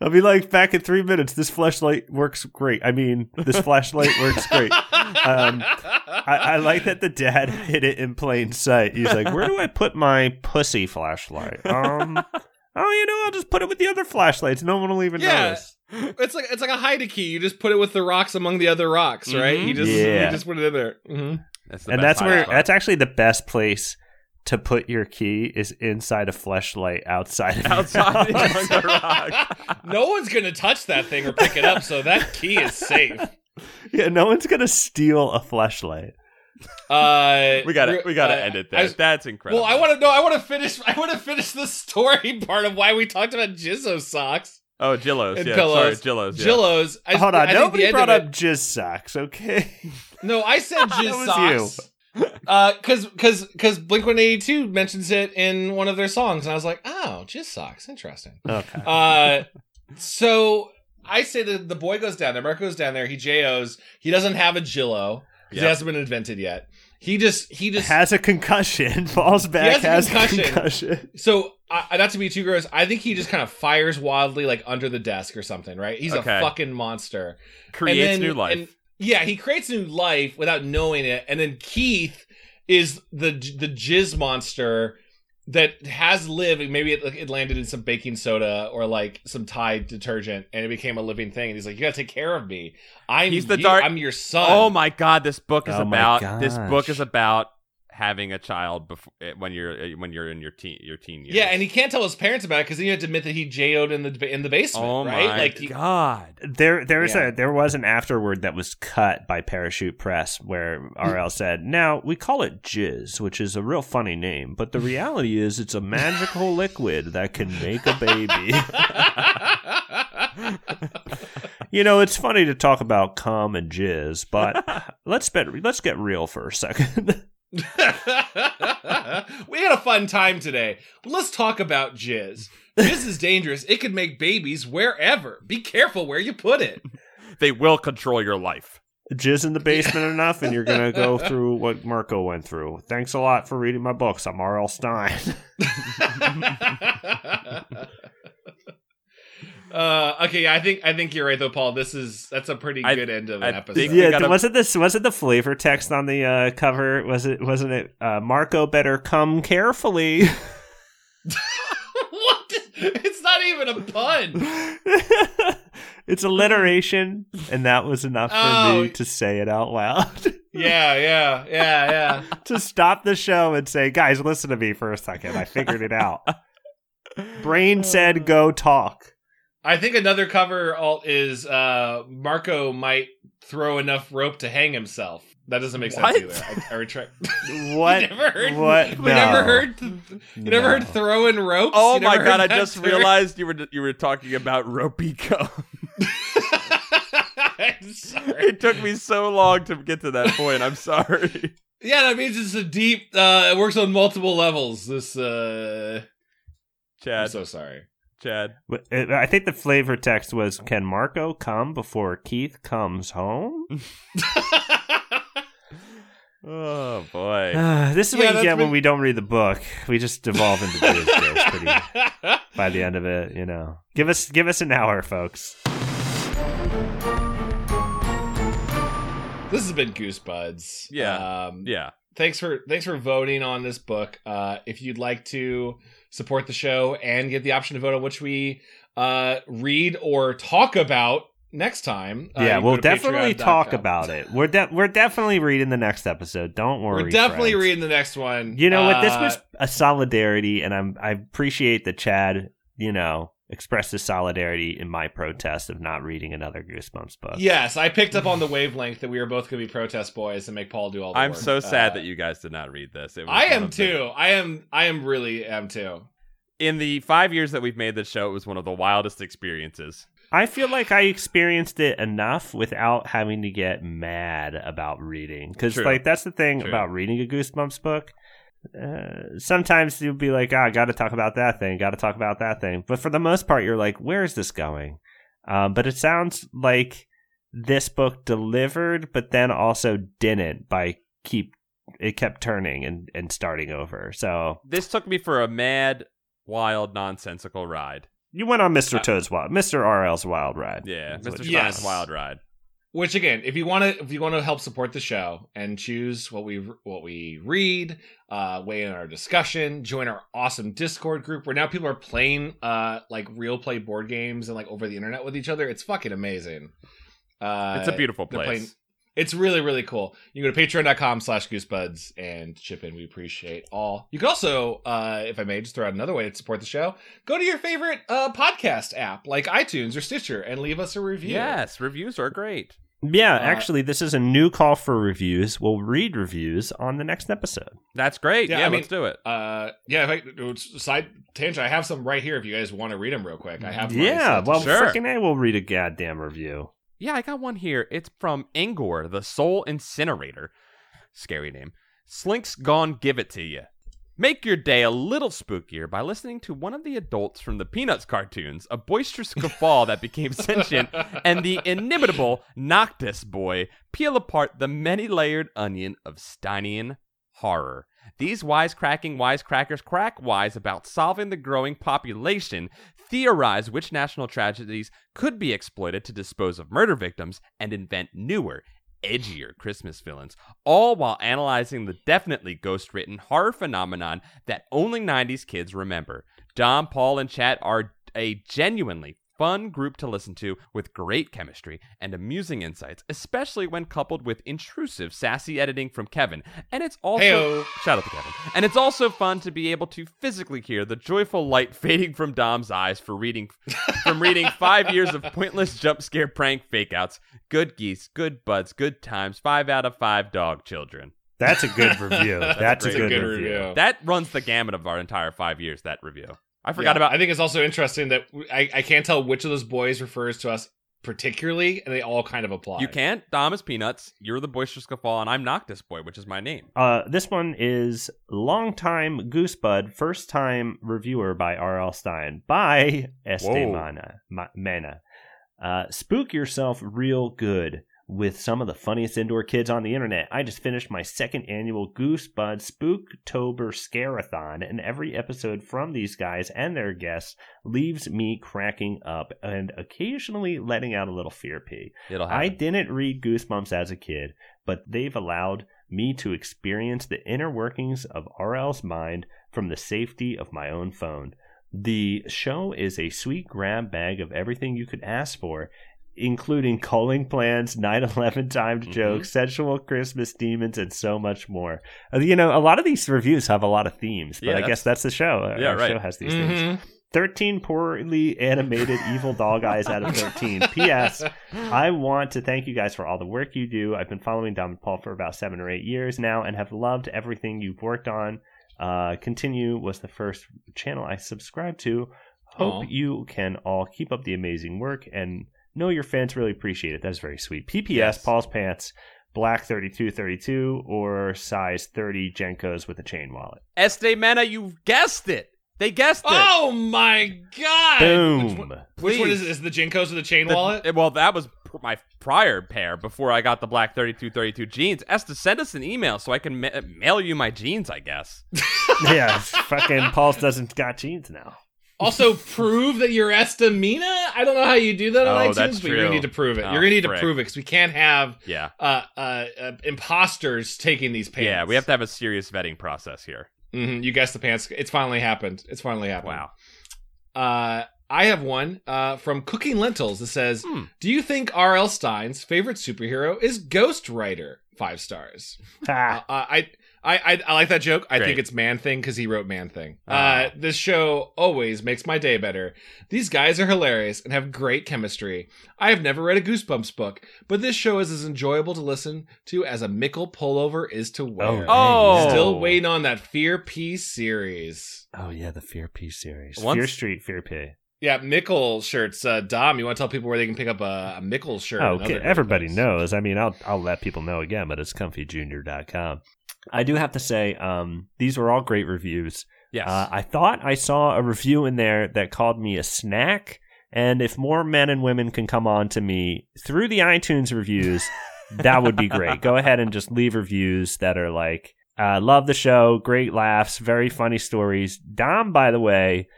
I'll be like back in three minutes. This flashlight works great. I mean, this flashlight works great. *laughs* Um, I, I like that the dad *laughs* hid it in plain sight. He's like, "Where do I put my pussy flashlight?" Um, *laughs* oh, you know, I'll just put it with the other flashlights. No one will even Yeah. notice. It's like it's like a hide key. You just put it with the rocks among the other rocks, right? Mhm. You just Yeah. you just put it in there. hmm That's the and best that's where hiding that's actually the best place to put your key is inside a flashlight outside of your spot. house. *laughs* outside the rock. *laughs* no one's gonna touch that thing or pick it up, so that key is safe. *laughs* yeah, no one's gonna steal a flashlight. *laughs* Uh, We gotta re- we gotta uh, end it I there. was- that's incredible. well, I want to know. I want to finish. I want to finish the story part of why we talked about Jizzo socks, oh Jillos, and yeah, pillows. sorry, Jillos, yeah. Jillos. I, Hold on, I think the nobody end brought of it- up jizz *laughs* socks, okay? No, I *laughs* said That jizz was socks. Uh, cause, cause, cause Blink One Eighty Two mentions it in one of their songs, and I was like, "Oh, jizz socks, interesting." Okay. Uh, so I say that the boy goes down there. Mark goes down there. He jo's. He doesn't have a Jillo. 'cause Yep. It hasn't been invented yet. He just, he just. has a concussion, *laughs* falls back, He has a has, a concussion. concussion. so I not to be too gross. I think he just kind of fires wildly, like under the desk or something. Right? He's Okay. a fucking monster. Creates And then- new life. and- yeah, he creates new life without knowing it, and then Keith is the the jizz monster that has lived. and Maybe it, like, it landed in some baking soda or like some Tide detergent, and it became a living thing. And he's like, "You gotta take care of me. I'm He's the you. dark- I'm your son." Oh my god, this book is Oh my about this book gosh. is about having a child before when you're eh, when you're in your teen your teen years. Yeah, and he can't tell his parents about it because then you have to admit that he jo'd in the in the basement, oh right? my like he- god. There, there was Yeah. a there was an afterword that was cut by Parachute Press where RL said, "Now we call it jizz, which is a real funny name, but the reality is it's a magical liquid that can make a *laughs* baby." *laughs* you know, it's funny to talk about cum and jizz, but let's bet let's get real for a second. *laughs* *laughs* we had a fun time today. But let's talk about jizz. Jizz is dangerous. It could make babies wherever. Be careful where you put it. *laughs* They will control your life. jizz in the basement enough, and you're gonna go through what Marco went through. Thanks a lot for reading my books. I'm RL Stein. uh, okay, yeah, I think I think you're right though, Paul. This is that's a pretty I- good end of an I episode. think- yeah, we gotta- wasn't this wasn't the flavor text on the uh, cover? Was it wasn't it uh, Marco better come carefully? *laughs* *laughs* what? It's not even a pun. it's alliteration, and that was enough for Oh. me to say it out loud *laughs* Yeah, yeah, yeah, yeah. to stop the show and say, "Guys, listen to me for a second. I figured it out." *laughs* Brain Uh. said, "Go talk." I think another cover alt is uh Marco might throw enough rope to hang himself. That doesn't make sense What? either. I, I retract. What? You never heard, What? We never No. heard. You never heard No. throwing ropes. Oh You my never god, I heard that just term? realized you were you were talking about *laughs* Ropico. *laughs* I'm sorry. it took me so long to get to that point. I'm *laughs* sorry. Yeah, that means it's a deep. uh It works on multiple levels. This. uh I'm Chad, so sorry. Chad. But, uh, I think the flavor text was Can Marco come before Keith comes home? Oh boy. Uh, *sighs* this is Yeah, what you that's get been- when we don't read the book. We just *laughs* devolve into those jokes pretty by the end of it, you know. Give us give us an hour, folks. this has been Goosebuds. Yeah. Um, Yeah. thanks for thanks for voting on this book. Uh, if you'd like to support the show and get the option to vote on which we uh, read or talk about next time, uh, yeah, you we'll go to definitely patreon.com. talk about it. We're de- we're definitely reading the next episode. Don't worry. We're definitely friends. reading the next one. You know what? This Uh, was a solidarity, and I'm I appreciate that Chad, you know, expressed his solidarity in my protest of not reading another Goosebumps book. Yes, I picked up on the wavelength that we were both going to be protest boys and make Paul do all the I'm work. so sad Uh, that you guys did not read this. It was I one am of the- too. I am. I am really am too. In the five years that we've made this show, it was one of the wildest experiences. I feel like I experienced it enough without having to get mad about reading. Because, True. like, that's the thing True. about reading a Goosebumps book. Uh, sometimes you'll be like, ah, I got to talk about that thing, got to talk about that thing. But for the most part, you're like, where is this going? Um, but it sounds like this book delivered, but then also didn't by keep it kept turning and, and starting over. So This took me for a mad, wild, nonsensical ride. you went on Mr. Uh, Toad's wild, Mr. RL's wild ride. Yeah, Is Mr. what- Stein's Yes. wild ride. Which again, if you want to, if you want to help support the show and choose what we what we read, uh, weigh in our discussion, join our awesome Discord group where now people are playing uh like real play board games and like over the internet with each other. It's fucking amazing. Uh, It's a beautiful they're place. playing- It's really, really cool. You can go to patreon.com slash goosebuds and chip in. We appreciate all. You can also, uh, if I may, just throw out another way to support the show. Go to your favorite uh, podcast app like iTunes or Stitcher and leave us a review. Yes, reviews are great. Yeah, Uh, actually, this is a new call for reviews. We'll read reviews on the next episode. That's great. Yeah, Yeah, I mean- let's do it. Uh, yeah, if I, oops, side tangent, I have some right here if you guys want to read them real quick. I have mine yeah, saved. well, Sure. freaking A, we'll read a goddamn review. Yeah, I got one here. It's from Ingor, the Soul Incinerator. Scary name. Slink's gone give it to you. Make your day a little spookier by listening to one of the adults from the Peanuts cartoons, a boisterous guffaw that *laughs* became sentient, *laughs* and the inimitable Noctis boy peel apart the many layered onion of Steinian horror. These wisecracking wisecrackers crack wise about solving the growing population, theorize which national tragedies could be exploited to dispose of murder victims, and invent newer, edgier Christmas villains, all while analyzing the definitely ghost written horror phenomenon that only 90s kids remember. Don, Paul, and Chat are a genuinely fun group to listen to with great chemistry and amusing insights, especially when coupled with intrusive, sassy editing from Kevin. And it's also. Heyo. Shout out to Kevin. And it's also fun to be able to physically hear the joyful light *laughs* fading from Dom's eyes for reading from reading five years of pointless jump scare prank fakeouts. Good geese, good buds, good times. Five out of five dog children. That's a good review. That's, a, It's good review. That runs the gamut of our entire five years. That review. I forgot Yeah, about. I think it's also interesting that w- I, I can't tell which of those boys refers to us particularly, and they all kind of apply. you can't. Dom is peanuts. You're the boisterous guffaw, and I'm Noctis boy, which is my name. Uh, this one is longtime Goosebud, first time reviewer by R.L. Stein by Estemana Ma- Mena. Uh, spook yourself real good with some of the funniest indoor kids on the internet. I just finished my second annual Goosebud Spooktober Scarathon, and every episode from these guys and their guests leaves me cracking up and occasionally letting out a little fear pee. It'll happen. I didn't read Goosebumps as a kid, but they've allowed me to experience the inner workings of RL's mind from the safety of my own phone. The show is a sweet grab bag of everything you could ask for, including calling plans, *laughs* 9 11 timed Mhm. jokes, sexual Christmas demons, and so much more. Uh, You know, a lot of these reviews have a lot of themes, but Yeah, I guess that's the show. Our- Yeah, Our right. Mm-hmm. show has these themes. Mhm. 13 poorly animated evil dog eyes out of 13. P.S. I want to thank you guys for all the work you do. I've been following Dom and Paul for about seven or eight years now and have loved everything you've worked on. Uh, Continue was the first channel I subscribed to. Hope Aw. you can all keep up the amazing work and know your fans really appreciate it. That's very sweet. PPS Yes. Paul's Pants, Black 3232 or size 30 Jenkos with a chain wallet. Este Mena, you guessed it. They guessed it. Oh my god! Which, Boom. one- which one Please. is it? Is it the Jinkos or the chain The- wallet? eh, well, that was pr- my prior pair before I got the black 3232 jeans. Esta, send us an email so I can ma- mail you my jeans, I guess. yeah, fucking Paul's doesn't got jeans now. also, prove that you're Estamina? I don't know how you do that on Oh, iTunes, that's but you're gonna true. need to prove it. Oh, you're gonna need to frick. prove it because we can't have Yeah. uh, uh, uh, imposters taking these pants. Yeah, we have to have a serious vetting process here. hmm you guessed the pants. It's finally happened. It's finally happened. Wow. Uh, I have one uh, from Cooking Lentils that says, Hmm. "Do you think R.L. Stein's favorite superhero is Ghost Rider?" Five stars. Ha. Uh, I, I, I, I like that joke. I think Ah. Great. it's Man Thing because he wrote Man Thing. Ah. Uh, this show always makes my day better. These guys are hilarious and have great chemistry. I have never read a Goosebumps book, but this show is as enjoyable to listen to as a Mickle pullover is to wear. Oh. dang. Still waiting on that Fear P series. Oh yeah, the Fear P series, Once- Fear Street, Fear P. Yeah, Mickle shirts. Uh, Dom, you want to tell people where they can pick up a, a Mickle shirt? Oh, and other okay. great everybody things? knows. I mean, I'll I'll let people know again, but it's comfyjunior.com. I do have to say, um, these were all great reviews. Yes. Uh, I thought I saw a review in there that called me a snack. And if more men and women can come on to me through the iTunes *laughs* reviews, that would be great. Go ahead and just leave reviews that are like, uh, love the show, great laughs, very funny stories. Dom, by the way,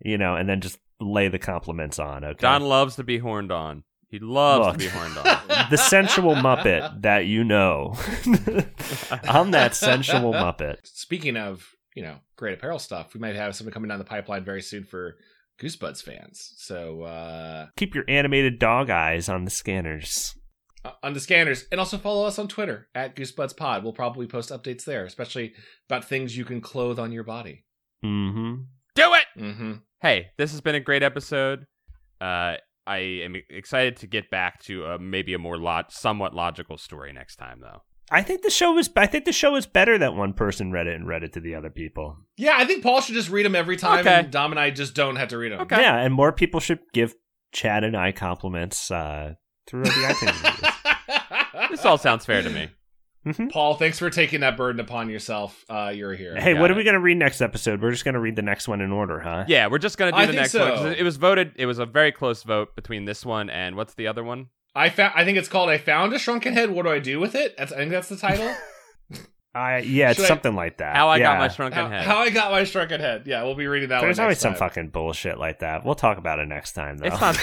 you know, and then just lay the compliments on. Okay. Don loves to be horned on. He loves Look. to be horned on. *laughs* the *laughs* sensual Muppet that you know. *laughs* I'm that sensual Muppet. Speaking of, you know, great apparel stuff, we might have something coming down the pipeline very soon for Goosebuds fans. So uh Keep your animated dog eyes on the scanners. on the scanners. And also follow us on Twitter at Goosebuds Pod. We'll probably post updates there, especially about things you can clothe on your body. hmm Do it! Mm-hmm. hey, this has been a great episode. Uh, I am excited to get back to uh maybe a more lo- somewhat logical story next time, though. I think the show was. I think the show is better that one person read it and read it to the other people. Yeah, I think Paul should just read them every time Okay. and Dom and I just don't have to read them. *laughs* Okay. Yeah, and more people should give Chad and I compliments uh, through *laughs* the iTunes. This all *laughs* sounds fair to *laughs* me. reviews. Mhm. Paul, thanks for taking that burden upon yourself. Uh, you're here. Hey, got what are it. we gonna read next episode? We're just gonna read the next one in order, huh? Yeah, we're just gonna do I the think next one. 'cause so. It was voted. It was a very close vote between this one and what's the other one? I found. I think it's called "I Found a Shrunken Head." What do I do with it? That's, I think that's *laughs* the title. I, yeah, it's Should I- something like that. How I yeah. got my shrunken how, head. how I got my shrunken head. Yeah, we'll be reading that. There's one always next *laughs* some time. fucking bullshit like that. We'll talk about it next time, though. it's not.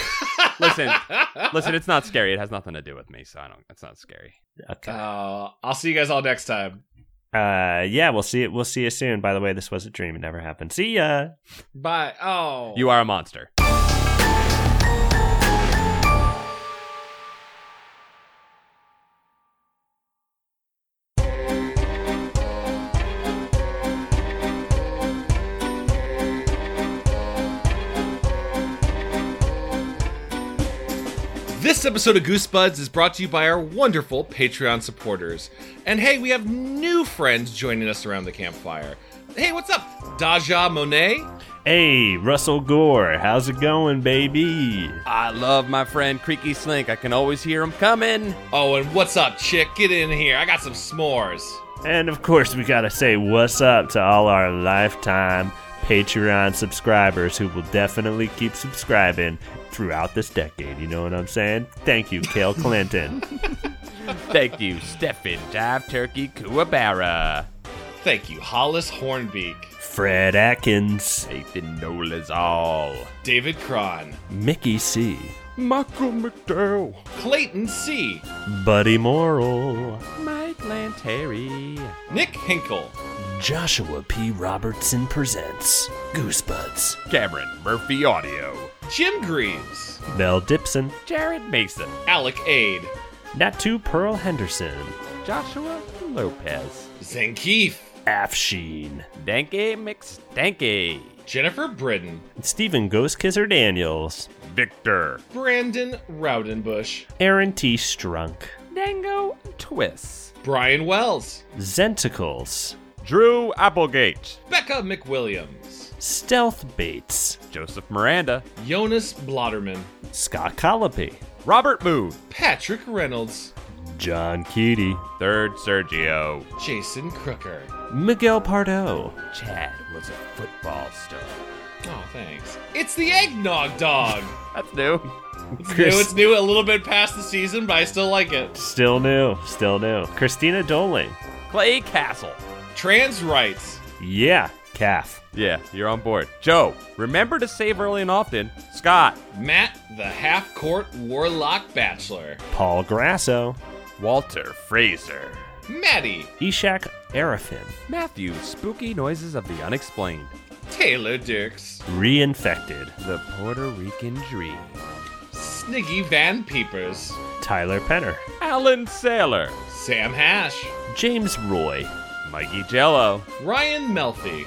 Listen, listen, it's not scary. It has nothing to do with me, so I don't. It's not scary. *laughs* okay. Uh, I'll see you guys all next time. Uh, yeah, we'll see it. We'll see you soon. By the way, this was a dream; it never happened. See ya. Bye. Oh, You are a monster. This episode of Goosebuds is brought to you by our wonderful Patreon supporters. And hey, we have new friends joining us around the campfire. Hey, what's up, Daja Monet? Hey, Russell Gore, how's it going, baby? I love my friend Creaky Slink. I can always hear him coming. Oh, and what's up, chick? Get in here. I got some s'mores. And of course, we gotta say what's up to all our lifetime Patreon subscribers who will definitely keep subscribing throughout this decade. You know what I'm saying? Thank you, Kale Clinton. Thank you, Stefan Dive Turkey Kuwabara. Thank you, Hollis Hornbeak, Fred Atkins, Nathan Nola's all. David Cron, Mickey C, Michael McDowell. Clayton C., Buddy Morrill, Mike Lanteri. Nick Hinkle, Joshua P. Robertson presents Goosebuds, Cameron Murphy Audio. Jim Greaves, Mel Dipson, Jared Mason. Alec Aid, Natu Pearl Henderson, Joshua Lopez. Zankeith, Afshin, Danky McStanky. Jennifer Britton, Stephen Ghost Kisser Daniels, Victor. Brandon Rowdenbush, Aaron T. Strunk, Dango Twiss. Brian Wells, Zenticles, Drew Applegate. Becca McWilliams, Stealth Bates, Joseph Miranda. Jonas Blotterman, Scott Colopy, Robert Mood. Patrick Reynolds, John Keaty, Third Sergio. Jason Crooker. Miguel Pardo, Chad was a football. ball stone. Oh, thanks. It's the eggnog dog. That's new. It's new. It's new. A little bit past the season, but I still like it. Still new, still new. Christina Doling. Clay Castle. Trans rights. Yeah, calf. Yeah, you're on board. Joe, remember to save early and often. Scott, Matt, the half court warlock bachelor. Paul Grasso. Walter Fraser, Maddie, Ishak Arafin. Matthew, Spooky Noises of the Unexplained, Taylor Dirks, Reinfected. The Puerto Rican Dream, Sniggy Van Peepers, Tyler Penner. Alan Saylor, Sam Hash, James Roy. Mikey Jello, Ryan Melfi,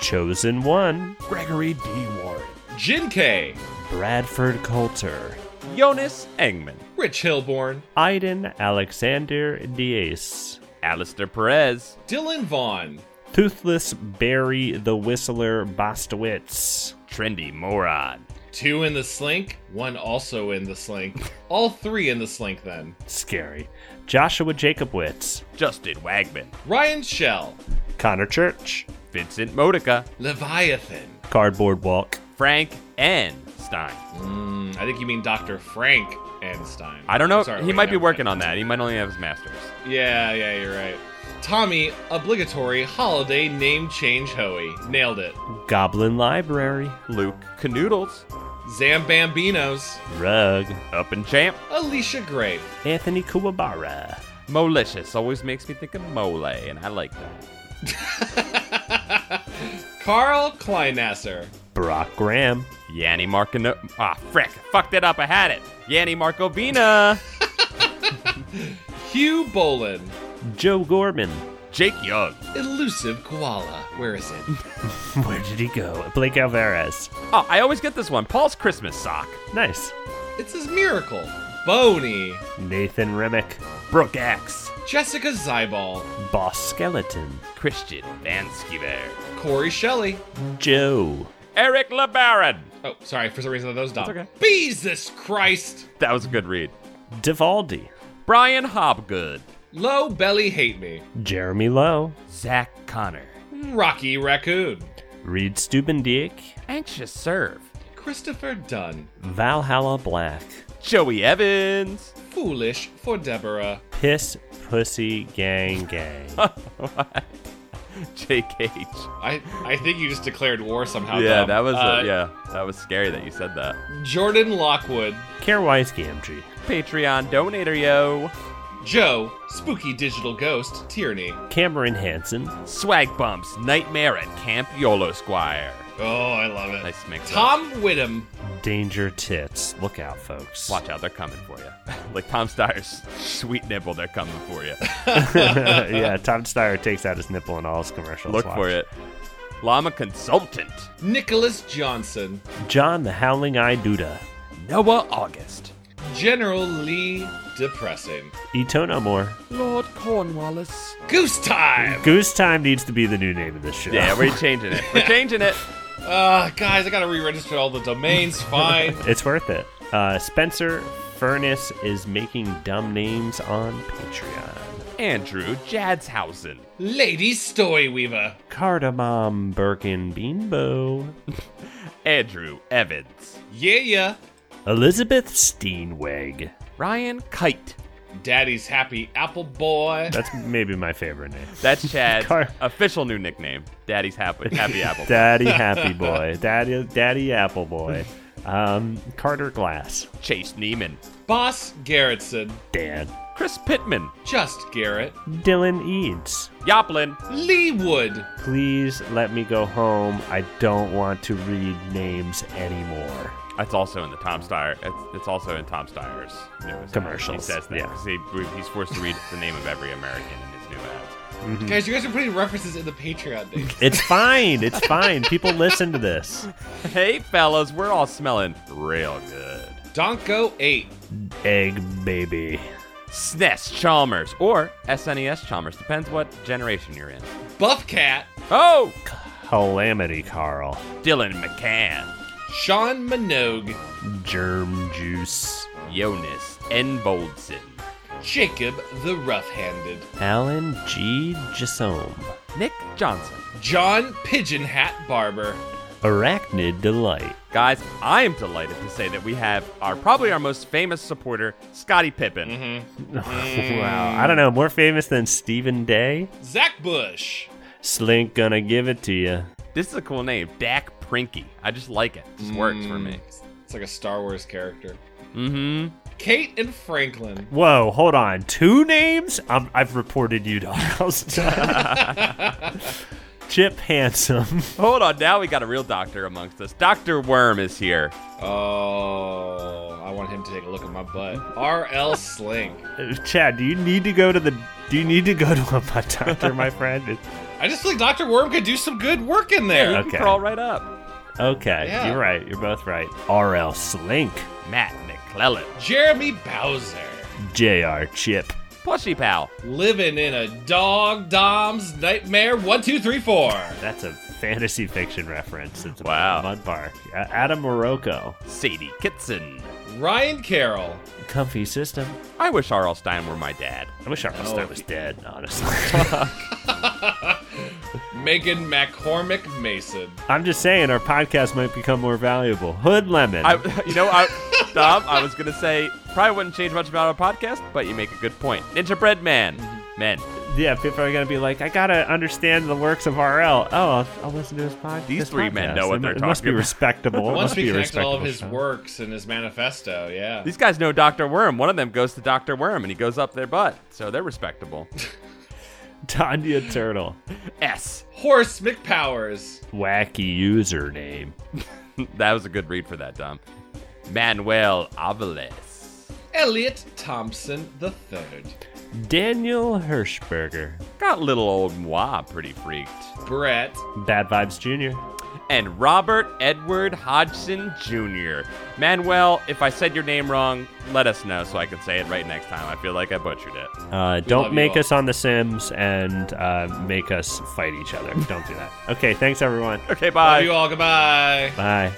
Chosen One. Gregory D. Warren, Jin K, Bradford Coulter. Jonas Engman, Rich Hilborn, Iden Alexander Diaz. Alistair Perez, Dylan Vaughn, Toothless Barry the Whistler Bostowitz. Trendy Moron, two in the slink, one also in *laughs* the slink. All three in the slink then. Scary. Joshua Jacobwitz. Justin Wagman, Ryan Shell, Connor Church. Vincent Modica, Leviathan. Cardboard Walk. Frank N. Stein. Mm, I think you mean Dr. Frank Anstein. I don't know. Sorry, he wait, might be never working mind. on that. He might only have his master's. Yeah, yeah, you're right. Tommy, obligatory holiday name change Hoey. Nailed it. Goblin Library. Luke Canoodles, Zambambinos, Rug. Up and Champ, Alicia Grape, Anthony Kuwabara. Molicious always makes me think of mole, and I like that. Carl Kleinasser, Brock Graham. Yanni Marcano. Ah, frick. Fucked it up. I had it. Yanni Markovina. Hugh Bolin, Joe Gorman. *laughs* Jake Young. Elusive Koala. Where is it? Where did he go? Blake Alvarez. Oh, I always get this one. Paul's Christmas sock. Nice. It's his miracle. Boney, Nathan Remick. Brooke X. Jessica Zyball, Boss Skeleton. Christian Vanskever. Corey Shelley. Joe. Eric LeBaron. Oh, sorry, for some reason those That's dogs. okay. Jesus Christ! That was a good read. Divaldi. Brian Hobgood. Low Belly Hate Me, Jeremy Lowe. Zach Connor. Rocky Raccoon, Reed Steubendiek. Anxious Serve. Christopher Dunn, Valhalla Black. Joey Evans. *laughs* Foolish for Deborah, Piss Pussy Gang Gang. Jake H. I, I think you just declared war somehow. Yeah, Dom. that was Uh, uh, yeah, that was scary that you said that. Jordan Lockwood, Carewise Gamgee. Patreon donator yo, Joe, spooky digital ghost, Tierney. Cameron Hansen. swag bumps, nightmare at Camp Yolo Squire. Oh, I love it. Nice mix. up. Tom Whittem, Danger Tits. Look out, folks. Watch out, they're coming for you. *laughs* like Tom Steyer's *laughs* sweet nipple, they're coming for *laughs* you. *laughs* yeah, Tom Steyer takes out his nipple in all his commercials. Look Watch. for it. Llama Consultant, Nicholas Johnson, John the Howling Eye Duda. Noah August, General Lee Depressing, Etono Moore. Lord Cornwallis. Goose Time. Goose Time needs to be the new name of this show. Yeah, *laughs* we're changing it. We're changing it. Uh, guys, I gotta re-register all the domains. Fine. *laughs* It's worth it. Uh, Spencer Furnace is making dumb names on Patreon. Andrew Jadshausen, Lady Stoyweaver, Cardamom Birkin Beanbo. Andrew Evans, yeah, yeah. Elizabeth Steenweg. Ryan Kite. Daddy's happy apple boy. That's maybe my favorite name. *laughs* That's Chad's Car- official new nickname. Daddy's happy, happy *laughs* apple. Daddy Happy Boy. Daddy Daddy Apple Boy. Um, Carter Glass. Chase Neiman, Boss Garrettson, Dan. Chris Pittman, Just Garrett, Dylan Eads. Yoplin, Lee Wood, Please let me go home. I don't want to read names anymore. That's also in the Tom Steyer. It's, it's also in Tom Steyer's newest Commercials, Ad. He says that yeah. 'cause he, he's forced to read the name of every American in his new ads. Guys, you guys are putting references in the Patreon thing. It's fine. It's fine. People listen to this. Hey, fellas, we're all smelling real good. Donko 8, Egg baby. SNES E Chalmers or SNES Chalmers depends what generation you're in. Buff Cat, Oh, Calamity Carl. Dylan McCann, Sean Minogue, Germ juice. Jonas Enboldson, Jacob the Rough Handed, Alan G. Gisome. Nick Johnson, John Pigeon Hat Barber. Arachnid Delight. Guys, I am delighted to say that we have our probably our most famous supporter, Scottie Pippen. wow. I don't know, more famous than Stephen Day? Zach Bush. Slink gonna give it to you. This is a cool name, Dak Prinky. I just like it. Just works for me. It's like a Star Wars character. Mm-hmm. Kate and Franklin. Whoa, hold on. Two names? I'm, I've reported you to our house. Chip Handsome. Hold on, now we got a real doctor amongst us. Doctor Worm is here. Oh, I want him to take a look at my butt. R.L. Sling. Chad, do you need to go to the? Do you need to go to a butt doctor, my friend? I just think Dr. Worm could do some good work in there. Okay. Crawl right up. Okay, Yeah. you're right. You're both right. R.L. Slink, Matt McClellan. Jeremy Bowser. J.R. Chip, Plushy Pal. Living in a dog dom's nightmare. One, two, three, four. That's a fantasy fiction reference. It's Wow. about Mud Bark. A- Adam Morocco. Sadie Kitson. Ryan Carroll. Comfy system. I wish R.L. Stein were my dad. I wish Arnold Oh. Stein was dead, honestly. *laughs* Megan McCormick Mason. I'm just saying, our podcast might become more valuable. Hood Lemon. I, *laughs* you know, I, Dom, I was gonna say probably wouldn't change much about our podcast, but you make a good point. Ninja Bread Man, men. yeah, people are going to be like, I got to understand the works of R.L. Oh, I'll, I'll listen to his podcast. These three men know what they're it mu- It must be talking about. respectable. it Once must we be a connect all of respectable his show. works and his manifesto, yeah. These guys know Doctor Worm. One of them goes to Doctor Worm, and he goes up their butt, so they're respectable. Tanya Turtle. S. Horse McPowers. Wacky username. That was a good read for that, Dom. Manuel Aviles. Elliot Thompson the third. Daniel Hirschberger. Got little old moi pretty freaked. Brett. Bad Vibes Jr. And Robert Edward Hodgson Jr. Manuel, if I said your name wrong, let us know so I can say it right next time. I feel like I butchered it. Uh, love don't you make all. us on The Sims and uh, *laughs* make us fight each other. Don't do that. Okay, thanks everyone. Okay, Love bye. you all. Goodbye. Bye.